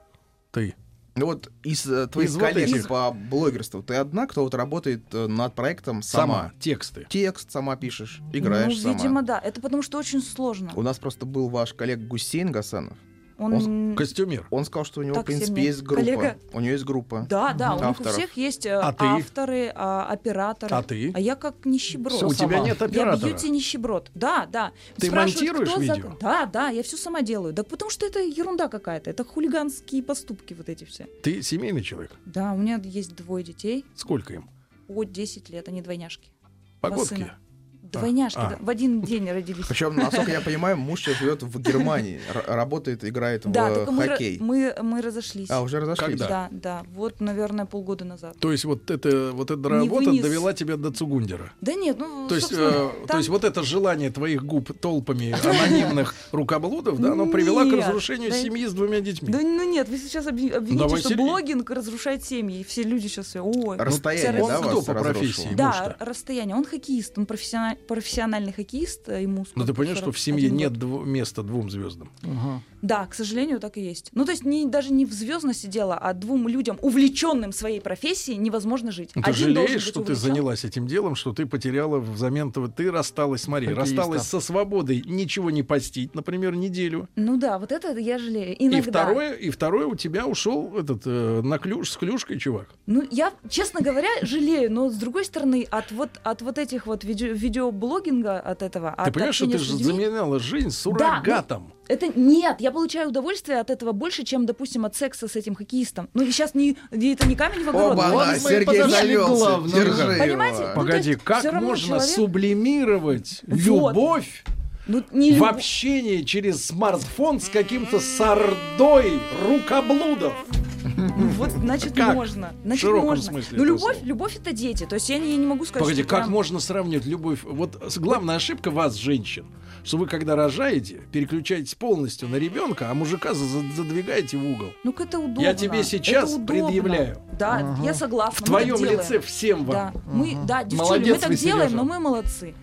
[SPEAKER 4] Ты.
[SPEAKER 8] Ну вот из э, твоих
[SPEAKER 4] Из вот
[SPEAKER 8] коллег
[SPEAKER 4] этих.
[SPEAKER 8] по блогерству ты одна, кто вот работает э, над проектом
[SPEAKER 4] Сама.
[SPEAKER 8] сама.
[SPEAKER 4] Тексты.
[SPEAKER 8] Текст сама пишешь, играешь
[SPEAKER 6] Ну,
[SPEAKER 8] сама.
[SPEAKER 6] видимо, да. Это потому что очень сложно.
[SPEAKER 8] У нас просто был ваш коллега Гусейн Гасанов.
[SPEAKER 6] Он...
[SPEAKER 4] Костюмер.
[SPEAKER 8] Он сказал, что у него,
[SPEAKER 6] Так
[SPEAKER 8] в принципе,
[SPEAKER 6] себе.
[SPEAKER 8] есть группа.
[SPEAKER 6] Коллега.
[SPEAKER 8] У него есть группа.
[SPEAKER 6] Да, да, у них у
[SPEAKER 8] Авторов.
[SPEAKER 6] всех есть э,
[SPEAKER 4] А ты?
[SPEAKER 6] авторы, а, операторы.
[SPEAKER 4] А ты?
[SPEAKER 6] А я как нищеброд.
[SPEAKER 4] У тебя нет
[SPEAKER 6] Я
[SPEAKER 4] оператора.
[SPEAKER 6] бьюти нищеброд. Да, да.
[SPEAKER 4] Ты
[SPEAKER 6] Спрашивают,
[SPEAKER 4] монтируешь
[SPEAKER 6] кто
[SPEAKER 4] видео?
[SPEAKER 6] Да, да, я все сама делаю. Да потому что это ерунда какая-то. Это хулиганские поступки вот эти все.
[SPEAKER 4] Ты семейный человек.
[SPEAKER 6] Да, у меня есть двое детей
[SPEAKER 4] Сколько им?
[SPEAKER 6] по 10 лет, они двойняшки. Два
[SPEAKER 4] Погодки.
[SPEAKER 6] сына. Двойняшки,
[SPEAKER 4] а.
[SPEAKER 6] да, в один день родились.
[SPEAKER 8] Причем, насколько я понимаю, муж сейчас живет в Германии, р- работает, играет в
[SPEAKER 6] Да,
[SPEAKER 8] э,
[SPEAKER 6] только мы,
[SPEAKER 8] хоккей.
[SPEAKER 6] ра- мы, мы разошлись.
[SPEAKER 8] А, уже разошлись?
[SPEAKER 4] Когда?
[SPEAKER 6] Да, да, вот, наверное, полгода назад.
[SPEAKER 4] То есть вот, это, вот эта работа
[SPEAKER 6] вынес.
[SPEAKER 4] довела тебя до Цугундера.
[SPEAKER 6] Да нет, ну,
[SPEAKER 4] То есть,
[SPEAKER 6] собственно,
[SPEAKER 4] э, то
[SPEAKER 6] там-
[SPEAKER 4] есть вот это желание твоих губ толпами анонимных рукоблудов, да, оно привело к
[SPEAKER 6] Нет,
[SPEAKER 4] разрушению
[SPEAKER 6] да-
[SPEAKER 4] семьи с двумя детьми.
[SPEAKER 6] Да ну нет, вы сейчас обви- обвините,
[SPEAKER 4] Давай
[SPEAKER 6] что
[SPEAKER 4] серьез-
[SPEAKER 6] блогинг разрушает семьи, и все люди сейчас... все, Ой,
[SPEAKER 8] А Расстояние,
[SPEAKER 6] вся
[SPEAKER 8] да,
[SPEAKER 4] Он
[SPEAKER 8] вас
[SPEAKER 4] кто по
[SPEAKER 8] разрушило?
[SPEAKER 4] профессии?
[SPEAKER 6] Да,
[SPEAKER 4] Ему-что?
[SPEAKER 6] расстояние. Он хоккеист, он профессиональ- профессиональный хоккеист, э,
[SPEAKER 4] Но
[SPEAKER 6] ему...
[SPEAKER 4] Ну, ты
[SPEAKER 6] сколько,
[SPEAKER 4] понимаешь, что в
[SPEAKER 6] 41
[SPEAKER 4] семье
[SPEAKER 6] год?
[SPEAKER 4] нет дво- места двум звездам.
[SPEAKER 6] Да, к сожалению, так и есть. Ну, то есть не, даже не в звездности дело, а двум людям, увлеченным своей профессией, невозможно жить.
[SPEAKER 4] Ну, Ты
[SPEAKER 6] Один должен
[SPEAKER 4] жалеешь,
[SPEAKER 6] быть
[SPEAKER 4] что ты
[SPEAKER 6] увлечен.
[SPEAKER 4] занялась этим делом, что ты потеряла взамен этого, ты рассталась, смотри,
[SPEAKER 7] Хоккеиста.
[SPEAKER 4] рассталась со свободой ничего не постить, например, неделю.
[SPEAKER 6] Ну да, вот это я жалею. Иногда.
[SPEAKER 4] И второе, и второе у тебя ушел этот э, на клюш с клюшкой чувак.
[SPEAKER 6] Ну, я, честно говоря, жалею, но с другой стороны, от вот, от вот этих вот видео- видеоблогинга, от этого...
[SPEAKER 4] ты понимаешь, что ты же
[SPEAKER 6] заменил
[SPEAKER 4] заменяла жизнь суррогатом.
[SPEAKER 6] суррогатом? Это нет, я получаю удовольствие от этого больше, чем, допустим, от секса с этим хоккеистом. Ну, и сейчас не, и это не камень в огород.
[SPEAKER 8] Оба,
[SPEAKER 6] Вот
[SPEAKER 8] да,
[SPEAKER 6] мы-
[SPEAKER 7] мы
[SPEAKER 8] Сергей
[SPEAKER 7] подошли к
[SPEAKER 8] завелся.
[SPEAKER 7] главному.
[SPEAKER 8] Держи
[SPEAKER 6] Понимаете?
[SPEAKER 8] его.
[SPEAKER 6] Ну, то
[SPEAKER 4] Погоди,
[SPEAKER 6] есть
[SPEAKER 4] как
[SPEAKER 6] всё равно
[SPEAKER 4] можно
[SPEAKER 6] человек-
[SPEAKER 4] сублимировать
[SPEAKER 6] Вот.
[SPEAKER 4] любовь
[SPEAKER 6] Ну, не
[SPEAKER 4] в
[SPEAKER 6] люб-
[SPEAKER 4] общении через смартфон с каким-то сардой рукоблудов?
[SPEAKER 6] Ну вот, значит,
[SPEAKER 4] Как?
[SPEAKER 6] можно.
[SPEAKER 4] В
[SPEAKER 6] Значит,
[SPEAKER 4] широком
[SPEAKER 6] можно.
[SPEAKER 4] смысле
[SPEAKER 6] Ну,
[SPEAKER 4] этого
[SPEAKER 6] любовь,
[SPEAKER 4] слова.
[SPEAKER 6] любовь это дети. То есть я не, я не могу сказать,
[SPEAKER 4] Погоди,
[SPEAKER 6] что
[SPEAKER 4] как
[SPEAKER 6] прям-
[SPEAKER 4] можно сравнивать любовь? Вот с- главная ошибка вас, женщин, что вы когда рожаете, переключаетесь полностью на ребенка, а мужика за- за- задвигаете в угол.
[SPEAKER 6] Ну, это удобно.
[SPEAKER 4] Я тебе
[SPEAKER 6] Это
[SPEAKER 4] сейчас
[SPEAKER 6] удобно.
[SPEAKER 4] предъявляю.
[SPEAKER 6] Да, я согласна.
[SPEAKER 4] В
[SPEAKER 6] мы так
[SPEAKER 4] твоем
[SPEAKER 6] Ну, делаем.
[SPEAKER 4] лице всем
[SPEAKER 6] Да,
[SPEAKER 4] вам.
[SPEAKER 6] мы, да, девчули, мы
[SPEAKER 4] Молодец
[SPEAKER 6] так
[SPEAKER 4] вы,
[SPEAKER 6] делаем,
[SPEAKER 4] Сережа.
[SPEAKER 6] но мы молодцы.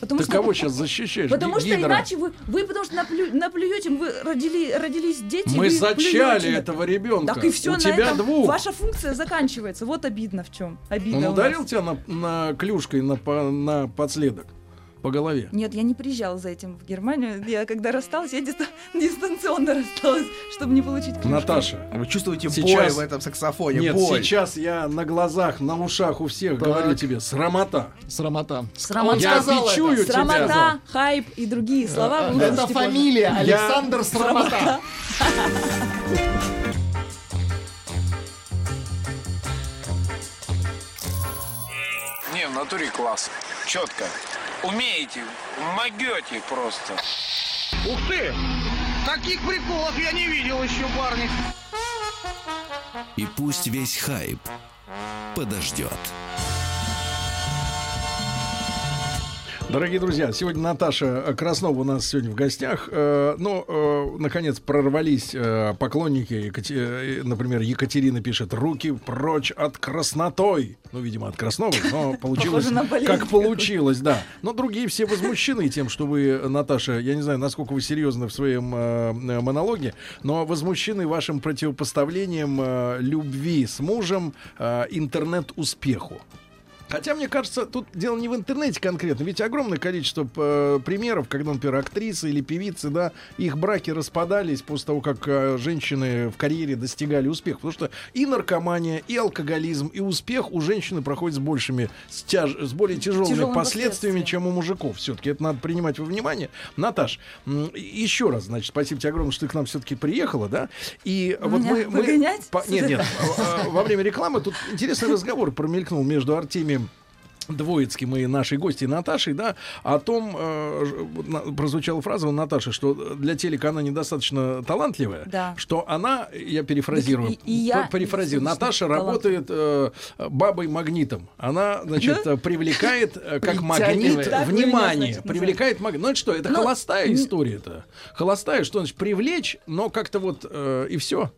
[SPEAKER 6] Потому
[SPEAKER 4] Ты
[SPEAKER 6] что,
[SPEAKER 4] кого сейчас защищаешь?
[SPEAKER 6] потому
[SPEAKER 4] Ги-
[SPEAKER 6] что
[SPEAKER 4] Гидра?
[SPEAKER 6] иначе вы, вы потому что наплю- наплюете, вы родили, родились дети.
[SPEAKER 4] Мы
[SPEAKER 6] вы
[SPEAKER 4] зачали
[SPEAKER 6] плюете на-
[SPEAKER 4] этого ребенка.
[SPEAKER 6] Так и все,
[SPEAKER 4] У
[SPEAKER 6] на
[SPEAKER 4] тебя
[SPEAKER 6] этом
[SPEAKER 4] двух.
[SPEAKER 6] ваша функция заканчивается. Вот обидно в чем. Обидно.
[SPEAKER 4] Он
[SPEAKER 6] у нас.
[SPEAKER 4] ударил тебя на, на клюшкой на, по- на подследок по голове.
[SPEAKER 6] Нет, я не приезжала за этим в Германию. Я когда рассталась, я диста- дистанционно рассталась, чтобы не получить клюшку.
[SPEAKER 4] Наташа.
[SPEAKER 8] Вы чувствуете боль
[SPEAKER 4] Сейчас-
[SPEAKER 8] в этом саксофоне?
[SPEAKER 4] Нет,
[SPEAKER 8] боль.
[SPEAKER 4] сейчас я на глазах, на ушах у всех говорю тебе, срамота.
[SPEAKER 7] Срамота.
[SPEAKER 6] Срамота.
[SPEAKER 4] Я бичую тебя. Э,
[SPEAKER 6] Срамота, хайп и другие слова. вы
[SPEAKER 7] Это
[SPEAKER 6] услышите позже.
[SPEAKER 7] фамилия Александр Срамота.
[SPEAKER 11] Не, в натуре класс. Четко. Умеете, могете просто. Ух ты! Таких приколов я не видел еще, парни.
[SPEAKER 1] И пусть весь хайп подождет.
[SPEAKER 4] Дорогие друзья, сегодня Наташа э, Краснова у нас сегодня в гостях. Э, Ну, э, наконец, прорвались э, поклонники. Екати- э, Например, Екатерина пишет «Руки прочь от краснотой». Ну, видимо, от Красновой, но получилось,
[SPEAKER 6] Похоже на болезнь
[SPEAKER 4] как получилось, да. Но другие все возмущены тем, что вы, Наташа, я не знаю, насколько вы серьезны в своем э, э, монологе, но возмущены вашим противопоставлением э, любви с мужем э, интернет-успеху. Хотя, мне кажется, тут дело не в интернете конкретно. Ведь огромное количество э, примеров, когда, например, актрисы или певицы, да, их браки распадались после того, как э, женщины в карьере достигали успеха. Потому что и наркомания, и алкоголизм, и успех у женщины проходит с большими, с, тяж- с более тяжелыми,
[SPEAKER 6] Тяжелыми
[SPEAKER 4] последствиями,
[SPEAKER 6] последствиями.
[SPEAKER 4] чем у мужиков. Все-таки это надо принимать во внимание. Наташ, м, еще раз, значит, спасибо тебе огромное, что ты к нам все-таки приехала, да? И вот
[SPEAKER 6] Меня
[SPEAKER 4] мы... мы-
[SPEAKER 6] выгонять?
[SPEAKER 4] По- Нет, нет, а, а, во время рекламы тут интересный разговор промелькнул между Артемием Двоицким и нашей гости Наташей, да, о том, э, ж- вот на- прозвучала фраза у Наташи, что для телека она недостаточно талантливая,
[SPEAKER 6] Да.
[SPEAKER 4] что она, я перефразирую,
[SPEAKER 6] Так и- и я
[SPEAKER 4] п- перефразирую,
[SPEAKER 6] недостаточно
[SPEAKER 4] Наташа работает э, бабой-магнитом. Она, значит, э, привлекает э, как магнит
[SPEAKER 7] Притягивает.
[SPEAKER 6] Так вы меня,
[SPEAKER 4] внимание,
[SPEAKER 6] значит, называете.
[SPEAKER 4] привлекает магнит. Ну это что, это
[SPEAKER 6] Ну,
[SPEAKER 4] холостая
[SPEAKER 6] н-
[SPEAKER 4] история-то. Холостая, что значит привлечь, но как-то вот э, и все.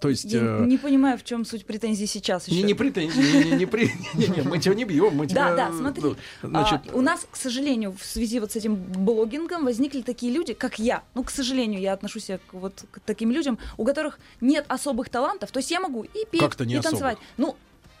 [SPEAKER 4] То есть...
[SPEAKER 6] Я
[SPEAKER 4] э,
[SPEAKER 6] не понимаю, в чем суть претензий сейчас еще.
[SPEAKER 4] не, не претензии, не, не, не, при- не, не, мы тебя не бьем, мы тебя...
[SPEAKER 6] Да, да, смотри.
[SPEAKER 4] ну, Значит,
[SPEAKER 6] а, у нас, к сожалению, в связи вот с этим блогингом возникли такие люди, как я. Ну, к сожалению, я отношусь себя к вот к таким людям, у которых нет особых талантов. То есть я могу и петь,
[SPEAKER 4] Как-то не
[SPEAKER 6] и
[SPEAKER 4] особых.
[SPEAKER 6] танцевать. Ну,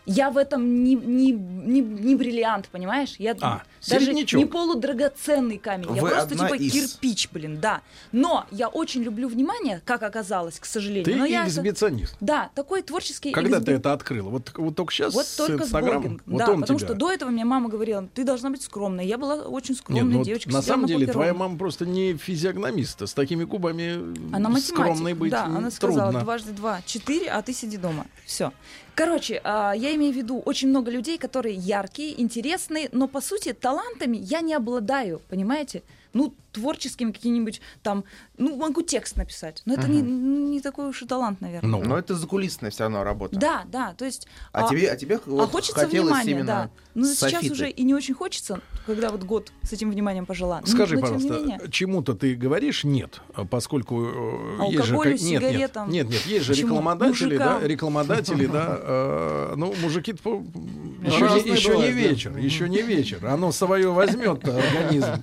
[SPEAKER 6] я в этом не, не, не, не бриллиант, понимаешь? Я
[SPEAKER 4] А,
[SPEAKER 6] даже
[SPEAKER 4] середнячок.
[SPEAKER 6] не полудрагоценный камень. Я
[SPEAKER 8] Вы
[SPEAKER 6] просто
[SPEAKER 8] одна
[SPEAKER 6] типа
[SPEAKER 8] из.
[SPEAKER 6] кирпич, блин, да. Но я очень люблю внимание, как оказалось, к сожалению.
[SPEAKER 4] ты
[SPEAKER 6] Но я это-
[SPEAKER 4] эксгибиционист.
[SPEAKER 6] Да, такой творческий
[SPEAKER 4] Когда
[SPEAKER 6] эксби-
[SPEAKER 4] ты это открыла? Вот, вот только сейчас
[SPEAKER 6] вот
[SPEAKER 4] с
[SPEAKER 6] только с
[SPEAKER 4] Инстаграмом?
[SPEAKER 6] блогингом.
[SPEAKER 4] Вот
[SPEAKER 6] да,
[SPEAKER 4] он
[SPEAKER 6] потому
[SPEAKER 4] тебя.
[SPEAKER 6] что до этого мне мама говорила, ты должна быть скромной. Я была очень
[SPEAKER 4] Не,
[SPEAKER 6] скромной
[SPEAKER 4] ну,
[SPEAKER 6] девочкой.
[SPEAKER 4] на
[SPEAKER 6] сидела
[SPEAKER 4] самом деле,
[SPEAKER 6] попе
[SPEAKER 4] твоя
[SPEAKER 6] ровно.
[SPEAKER 4] мама просто не физиогномист. а С такими губами
[SPEAKER 6] Она математик.
[SPEAKER 4] скромной быть
[SPEAKER 6] да,
[SPEAKER 4] м,
[SPEAKER 6] она сказала,
[SPEAKER 4] трудно.
[SPEAKER 6] дважды два, четыре, а ты сиди дома. Все. Короче, а, я имею в виду очень много людей, которые яркие, интересные, но, по сути, талантами я не обладаю, понимаете? Ну, творческими какими-нибудь там... Ну, могу текст написать, но это не, ну, не такой уж и талант, наверное.
[SPEAKER 4] Ну,
[SPEAKER 8] Но это закулисная все равно работа.
[SPEAKER 6] Да, да, то есть...
[SPEAKER 8] А,
[SPEAKER 6] а,
[SPEAKER 8] тебе, а тебе
[SPEAKER 6] А
[SPEAKER 8] вот
[SPEAKER 6] хочется
[SPEAKER 8] хотелось
[SPEAKER 6] внимания,
[SPEAKER 8] именно
[SPEAKER 6] да. Ну,
[SPEAKER 8] с
[SPEAKER 6] сейчас
[SPEAKER 8] софиты.
[SPEAKER 6] уже и не очень хочется, когда вот год с этим вниманием пожила. Ну,
[SPEAKER 4] Скажи,
[SPEAKER 6] но, тем не менее.
[SPEAKER 4] пожалуйста, чему-то ты говоришь нет, а поскольку э, есть же
[SPEAKER 6] Алкоголю,
[SPEAKER 4] как- нет, нет,
[SPEAKER 6] сигаретам.
[SPEAKER 4] нет, нет, есть же
[SPEAKER 6] Почему?
[SPEAKER 4] рекламодатели, да,
[SPEAKER 6] Мужикам.
[SPEAKER 4] рекламодатели, да, э, ну мужики еще,
[SPEAKER 7] Разные
[SPEAKER 4] не, еще не
[SPEAKER 7] бывают, да.
[SPEAKER 4] вечер, еще не вечер, оно свое возьмет организм.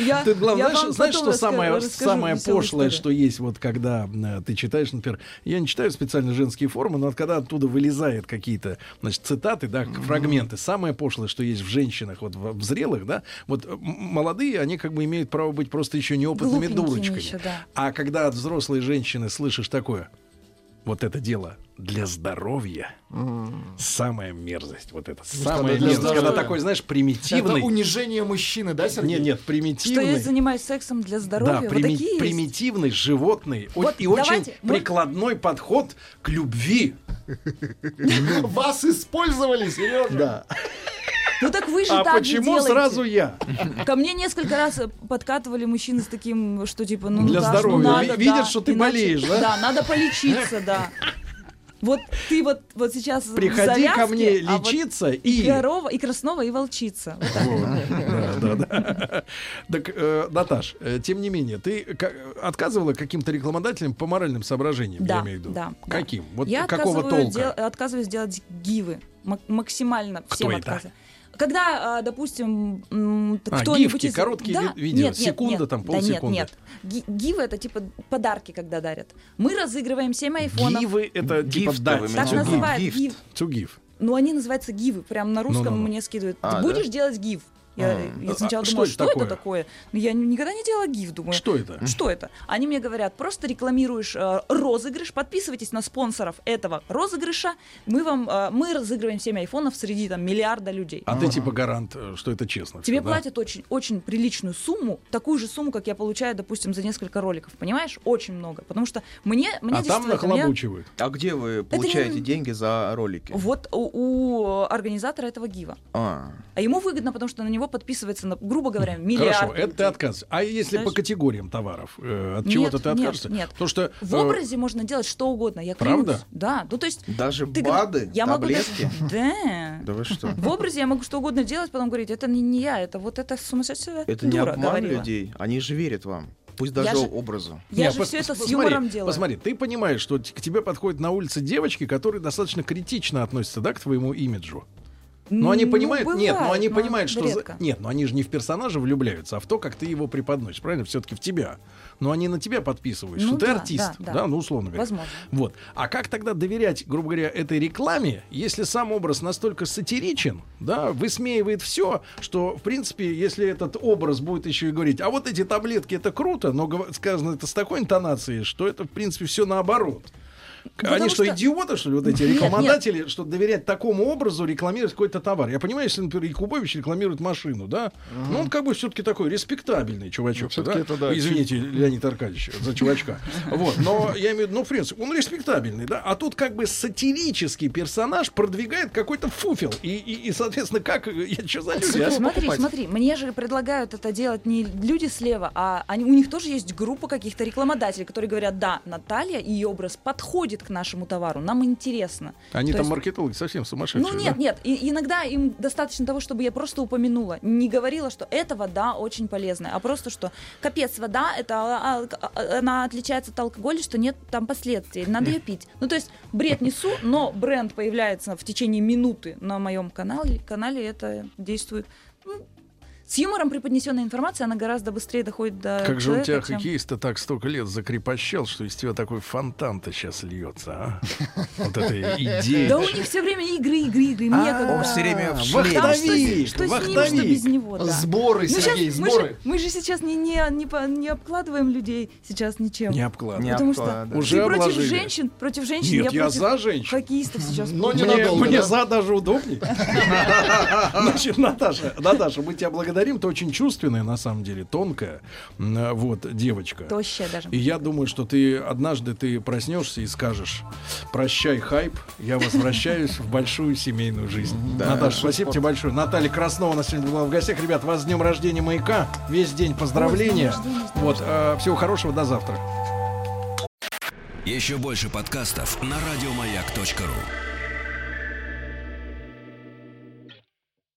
[SPEAKER 6] Я-
[SPEAKER 4] Ты главное,
[SPEAKER 6] я
[SPEAKER 4] знаешь,
[SPEAKER 6] вам
[SPEAKER 4] знаешь,
[SPEAKER 6] потом
[SPEAKER 4] что
[SPEAKER 6] раска-
[SPEAKER 4] самое,
[SPEAKER 6] расскажу
[SPEAKER 4] самое
[SPEAKER 6] весёлую
[SPEAKER 4] пошлое,
[SPEAKER 6] историю.
[SPEAKER 4] что есть, вот когда м, ты читаешь, например, я не читаю специально женские форумы, но вот когда оттуда вылезают какие-то, значит, цитаты, да, фрагменты, самое пошлое, что есть в женщинах, вот в, в зрелых, да, вот э, м, молодые, они как бы имеют право быть просто еще неопытными
[SPEAKER 6] Глупенькими
[SPEAKER 4] дурочками.
[SPEAKER 6] ещё, да.
[SPEAKER 4] А когда от взрослой женщины слышишь такое, вот это дело для здоровья. Самая мерзость, вот это самая
[SPEAKER 7] для
[SPEAKER 4] мерзость. Когда
[SPEAKER 7] здоровья.
[SPEAKER 4] такой, знаешь,
[SPEAKER 7] Это
[SPEAKER 4] примитивный.
[SPEAKER 7] унижение мужчины, да, Сергей?
[SPEAKER 4] Нет, нет,
[SPEAKER 6] Что
[SPEAKER 4] примитивный.
[SPEAKER 6] я занимаюсь сексом для здоровья,
[SPEAKER 4] Да,
[SPEAKER 6] вот
[SPEAKER 4] прими-
[SPEAKER 6] такие есть.
[SPEAKER 4] примитивный, животный о-
[SPEAKER 6] Вот
[SPEAKER 4] и
[SPEAKER 6] давайте, ну,
[SPEAKER 4] очень
[SPEAKER 6] мы-
[SPEAKER 4] прикладной подход к любви.
[SPEAKER 7] Вас использовали, Сережа? Да.
[SPEAKER 6] Ну так вы же
[SPEAKER 4] А
[SPEAKER 6] так же
[SPEAKER 4] почему
[SPEAKER 6] делаете.
[SPEAKER 4] сразу я?
[SPEAKER 6] Ко мне несколько раз подкатывали мужчины с таким, что типа, ну
[SPEAKER 4] Для
[SPEAKER 6] Наташ, ну
[SPEAKER 4] здоровья.
[SPEAKER 6] надо,
[SPEAKER 4] Ви-
[SPEAKER 6] да,
[SPEAKER 4] видят, что ты
[SPEAKER 6] иначе-
[SPEAKER 4] болеешь, да?
[SPEAKER 6] Да, надо полечиться, да. Вот ты вот, вот сейчас в
[SPEAKER 4] Приходи ко
[SPEAKER 6] завязке,
[SPEAKER 4] мне
[SPEAKER 6] а вот
[SPEAKER 4] лечиться
[SPEAKER 6] и...
[SPEAKER 4] и...
[SPEAKER 6] корова, и краснова, и волчица. Вот так.
[SPEAKER 4] Да, да, да. Так, э, Наташ, э, тем не менее, ты ка- отказывала каким-то рекламодателям по моральным соображениям, я
[SPEAKER 6] Да,
[SPEAKER 4] имею в виду.
[SPEAKER 6] да, да.
[SPEAKER 4] Каким? Вот
[SPEAKER 6] я
[SPEAKER 4] какого
[SPEAKER 6] отказываю
[SPEAKER 4] толка?
[SPEAKER 6] дел- отказываюсь делать гивы. Мак- максимально
[SPEAKER 4] Кто
[SPEAKER 6] всем
[SPEAKER 4] это?
[SPEAKER 6] отказываю. Когда, а, допустим, м, т-
[SPEAKER 4] А,
[SPEAKER 6] кто-нибудь
[SPEAKER 4] гифки,
[SPEAKER 6] из-
[SPEAKER 4] короткие
[SPEAKER 6] Да,
[SPEAKER 4] ви- видео, секунда там,
[SPEAKER 6] Да нет,
[SPEAKER 4] полсекунды.
[SPEAKER 6] нет. Ги- Гивы это типа подарки, когда дарят. Мы разыгрываем 7 айфонов.
[SPEAKER 4] Гивы это типа
[SPEAKER 6] Гифт,
[SPEAKER 4] дать.
[SPEAKER 6] вы Так имеете в виду? называют,
[SPEAKER 4] Гифт.
[SPEAKER 6] гифт.
[SPEAKER 4] Цугиф.
[SPEAKER 6] Ну, они называются гивы. Прям на русском
[SPEAKER 4] Ну-ну-ну.
[SPEAKER 6] мне скидывают.
[SPEAKER 4] А,
[SPEAKER 6] Ты
[SPEAKER 4] да?
[SPEAKER 6] будешь делать гив? Я,
[SPEAKER 4] М.
[SPEAKER 6] я
[SPEAKER 4] А,
[SPEAKER 6] сначала
[SPEAKER 4] а что
[SPEAKER 6] думала,
[SPEAKER 4] это
[SPEAKER 6] что
[SPEAKER 4] такое?
[SPEAKER 6] это такое? Но я ни- никогда не делала гив, думаю.
[SPEAKER 4] Что это?
[SPEAKER 6] Что это? Они мне говорят, просто рекламируешь э, розыгрыш, подписывайтесь на спонсоров этого розыгрыша, мы вам, э, мы разыгрываем 7 айфонов среди там миллиарда людей.
[SPEAKER 4] А ты типа гарант, э, что это честно.
[SPEAKER 6] Тебе
[SPEAKER 4] всё, да?
[SPEAKER 6] платят очень, очень приличную сумму, такую же сумму, как я получаю, допустим, за несколько роликов, понимаешь? Очень много, потому что мне, мне
[SPEAKER 8] а там
[SPEAKER 6] действительно, я-
[SPEAKER 8] нахлобучивают. А где вы получаете
[SPEAKER 6] не-
[SPEAKER 8] деньги за ролики?
[SPEAKER 6] Вот у, у организатора этого гива.
[SPEAKER 8] А.
[SPEAKER 6] А ему выгодно, потому что на него подписывается, на- грубо говоря, миллиард.
[SPEAKER 4] Хорошо, это ты отказываешь. А если по
[SPEAKER 6] Знаешь?
[SPEAKER 4] категориям товаров, э, от
[SPEAKER 6] Нет,
[SPEAKER 4] чего-то ты
[SPEAKER 6] нет,
[SPEAKER 4] откажешься?
[SPEAKER 6] нет.
[SPEAKER 4] Потому что
[SPEAKER 6] В
[SPEAKER 4] э,
[SPEAKER 6] образе можно делать что угодно, я клянусь.
[SPEAKER 4] Правда?
[SPEAKER 6] Да, ну то есть...
[SPEAKER 8] Даже
[SPEAKER 6] ты
[SPEAKER 8] БАДы,
[SPEAKER 6] говор- я могу даже-
[SPEAKER 8] таблетки.
[SPEAKER 6] Да.
[SPEAKER 8] Да вы что?
[SPEAKER 6] В образе я могу что угодно делать, потом говорить, это не, не я, это вот это сумасшедшая
[SPEAKER 8] Это не
[SPEAKER 6] дура
[SPEAKER 8] обман
[SPEAKER 6] говорила.
[SPEAKER 8] людей. Они же верят вам. Пусть
[SPEAKER 6] Я
[SPEAKER 8] даже
[SPEAKER 6] же-
[SPEAKER 8] образу.
[SPEAKER 6] я
[SPEAKER 4] Не,
[SPEAKER 6] же
[SPEAKER 4] пос-
[SPEAKER 6] всё это с
[SPEAKER 4] посмотри,
[SPEAKER 6] юмором делаю.
[SPEAKER 4] Посмотри, ты понимаешь, что т- к тебе подходят на улице девочки, которые достаточно критично относятся, да, к твоему имиджу. Но они
[SPEAKER 12] Ну,
[SPEAKER 4] понимают, нет, но
[SPEAKER 12] бывает,
[SPEAKER 4] они
[SPEAKER 12] но
[SPEAKER 4] понимают, что за-
[SPEAKER 12] редко.
[SPEAKER 4] нет, но они же не в персонажа влюбляются, а в то, как ты его преподносишь, правильно? Все-таки в тебя. Но они на тебя подписывают,
[SPEAKER 12] Ну
[SPEAKER 4] что ты
[SPEAKER 12] да,
[SPEAKER 4] артист,
[SPEAKER 12] да, да.
[SPEAKER 4] ну условно говоря.
[SPEAKER 12] Возможно.
[SPEAKER 4] Вот. А как тогда доверять, грубо говоря, этой рекламе, если сам образ настолько сатиричен, да, высмеивает все, что, в принципе, если этот образ будет еще и говорить, а вот эти таблетки это круто, но гов- сказано это с такой интонацией, что это, в принципе, все наоборот. Они
[SPEAKER 12] Потому
[SPEAKER 4] что,
[SPEAKER 12] что-
[SPEAKER 4] идиоты, что ли, вот эти
[SPEAKER 12] Нет,
[SPEAKER 4] рекламодатели, что доверять такому образу рекламировать какой-то товар? Я понимаю, если, например, Якубович рекламирует машину, да, но он как бы все-таки такой респектабельный чувачок,
[SPEAKER 6] Ну,
[SPEAKER 5] всё-таки
[SPEAKER 4] да?
[SPEAKER 5] это да,
[SPEAKER 4] Извините, Леонид Аркадьевич, за чувачка. Вот, но я имею в виду, ну, в принципе, он респектабельный, да, а тут как бы сатирический персонаж продвигает какой-то фуфел. И, и, и, соответственно, как, э, я что за люди? а?
[SPEAKER 6] Смотри, смотри, смотри, мне же предлагают это делать не люди слева, а они, у них тоже есть группа каких-то рекламодателей, которые говорят, да, Наталья и ее образ подходит к нашему товару, нам интересно.
[SPEAKER 4] Они
[SPEAKER 6] То
[SPEAKER 4] там
[SPEAKER 6] есть-
[SPEAKER 4] маркетологи совсем сумасшедшие.
[SPEAKER 6] Ну
[SPEAKER 4] да?
[SPEAKER 6] нет, нет, и, иногда им достаточно того, чтобы я просто упомянула, не говорила, что эта вода очень полезная, а просто что капец вода, это а, а, а, она отличается от алкоголя, что нет там последствий, надо ее пить. Ну то есть бред несу, но бренд появляется в течение минуты на моем канале, канале это действует. Ну, с юмором преподнесенная информация, она гораздо быстрее доходит до
[SPEAKER 4] Как же у тебя
[SPEAKER 6] человека, чем-
[SPEAKER 4] хоккеист-то так столько лет закрепощал, что из тебя такой фонтан-то сейчас льется, а? Вот это идея.
[SPEAKER 6] Да у них все время игры, игры, игры. Мне
[SPEAKER 4] А,
[SPEAKER 6] когда-
[SPEAKER 4] он всё время в
[SPEAKER 6] Там
[SPEAKER 4] шлеме.
[SPEAKER 6] что с-
[SPEAKER 4] Вахтовик,
[SPEAKER 6] Что с ним, что
[SPEAKER 4] вахтовик.
[SPEAKER 6] без него. да.
[SPEAKER 4] Сборы,
[SPEAKER 6] Ну, щас
[SPEAKER 4] Сергей,
[SPEAKER 6] мы же-
[SPEAKER 4] сборы.
[SPEAKER 6] Мы же сейчас не, не, не, по- не обкладываем людей сейчас ничем.
[SPEAKER 4] Не обкладываем.
[SPEAKER 6] Потому
[SPEAKER 4] Не
[SPEAKER 6] что
[SPEAKER 4] обкладываем.
[SPEAKER 6] ты
[SPEAKER 4] Уже
[SPEAKER 6] против
[SPEAKER 4] обложили.
[SPEAKER 6] женщин, против женщин,
[SPEAKER 4] Нет, я
[SPEAKER 6] против
[SPEAKER 4] за женщин.
[SPEAKER 6] хоккеистов сейчас.
[SPEAKER 4] Но мне, мне за даже удобнее. Значит, Наташа, Наташа, мы тебя благодарим. Ты очень чувственная, на самом деле, тонкая. м, Вот, девочка.
[SPEAKER 6] Тощая даже.
[SPEAKER 4] И я думаю, что ты однажды ты проснешься и скажешь: Прощай, хайп, я возвращаюсь в большую семейную жизнь.
[SPEAKER 8] Да.
[SPEAKER 4] Наташа, спасибо
[SPEAKER 8] Вот.
[SPEAKER 4] тебе большое. Наталья Краснова у нас сегодня была в гостях. Ребят, вас с днем рождения маяка. Весь день
[SPEAKER 1] Ой,
[SPEAKER 4] поздравления.
[SPEAKER 1] с днём рождения, с днём
[SPEAKER 4] Вот, э, всего хорошего, до завтра.
[SPEAKER 1] Еще больше подкастов на радиомаяк.ру.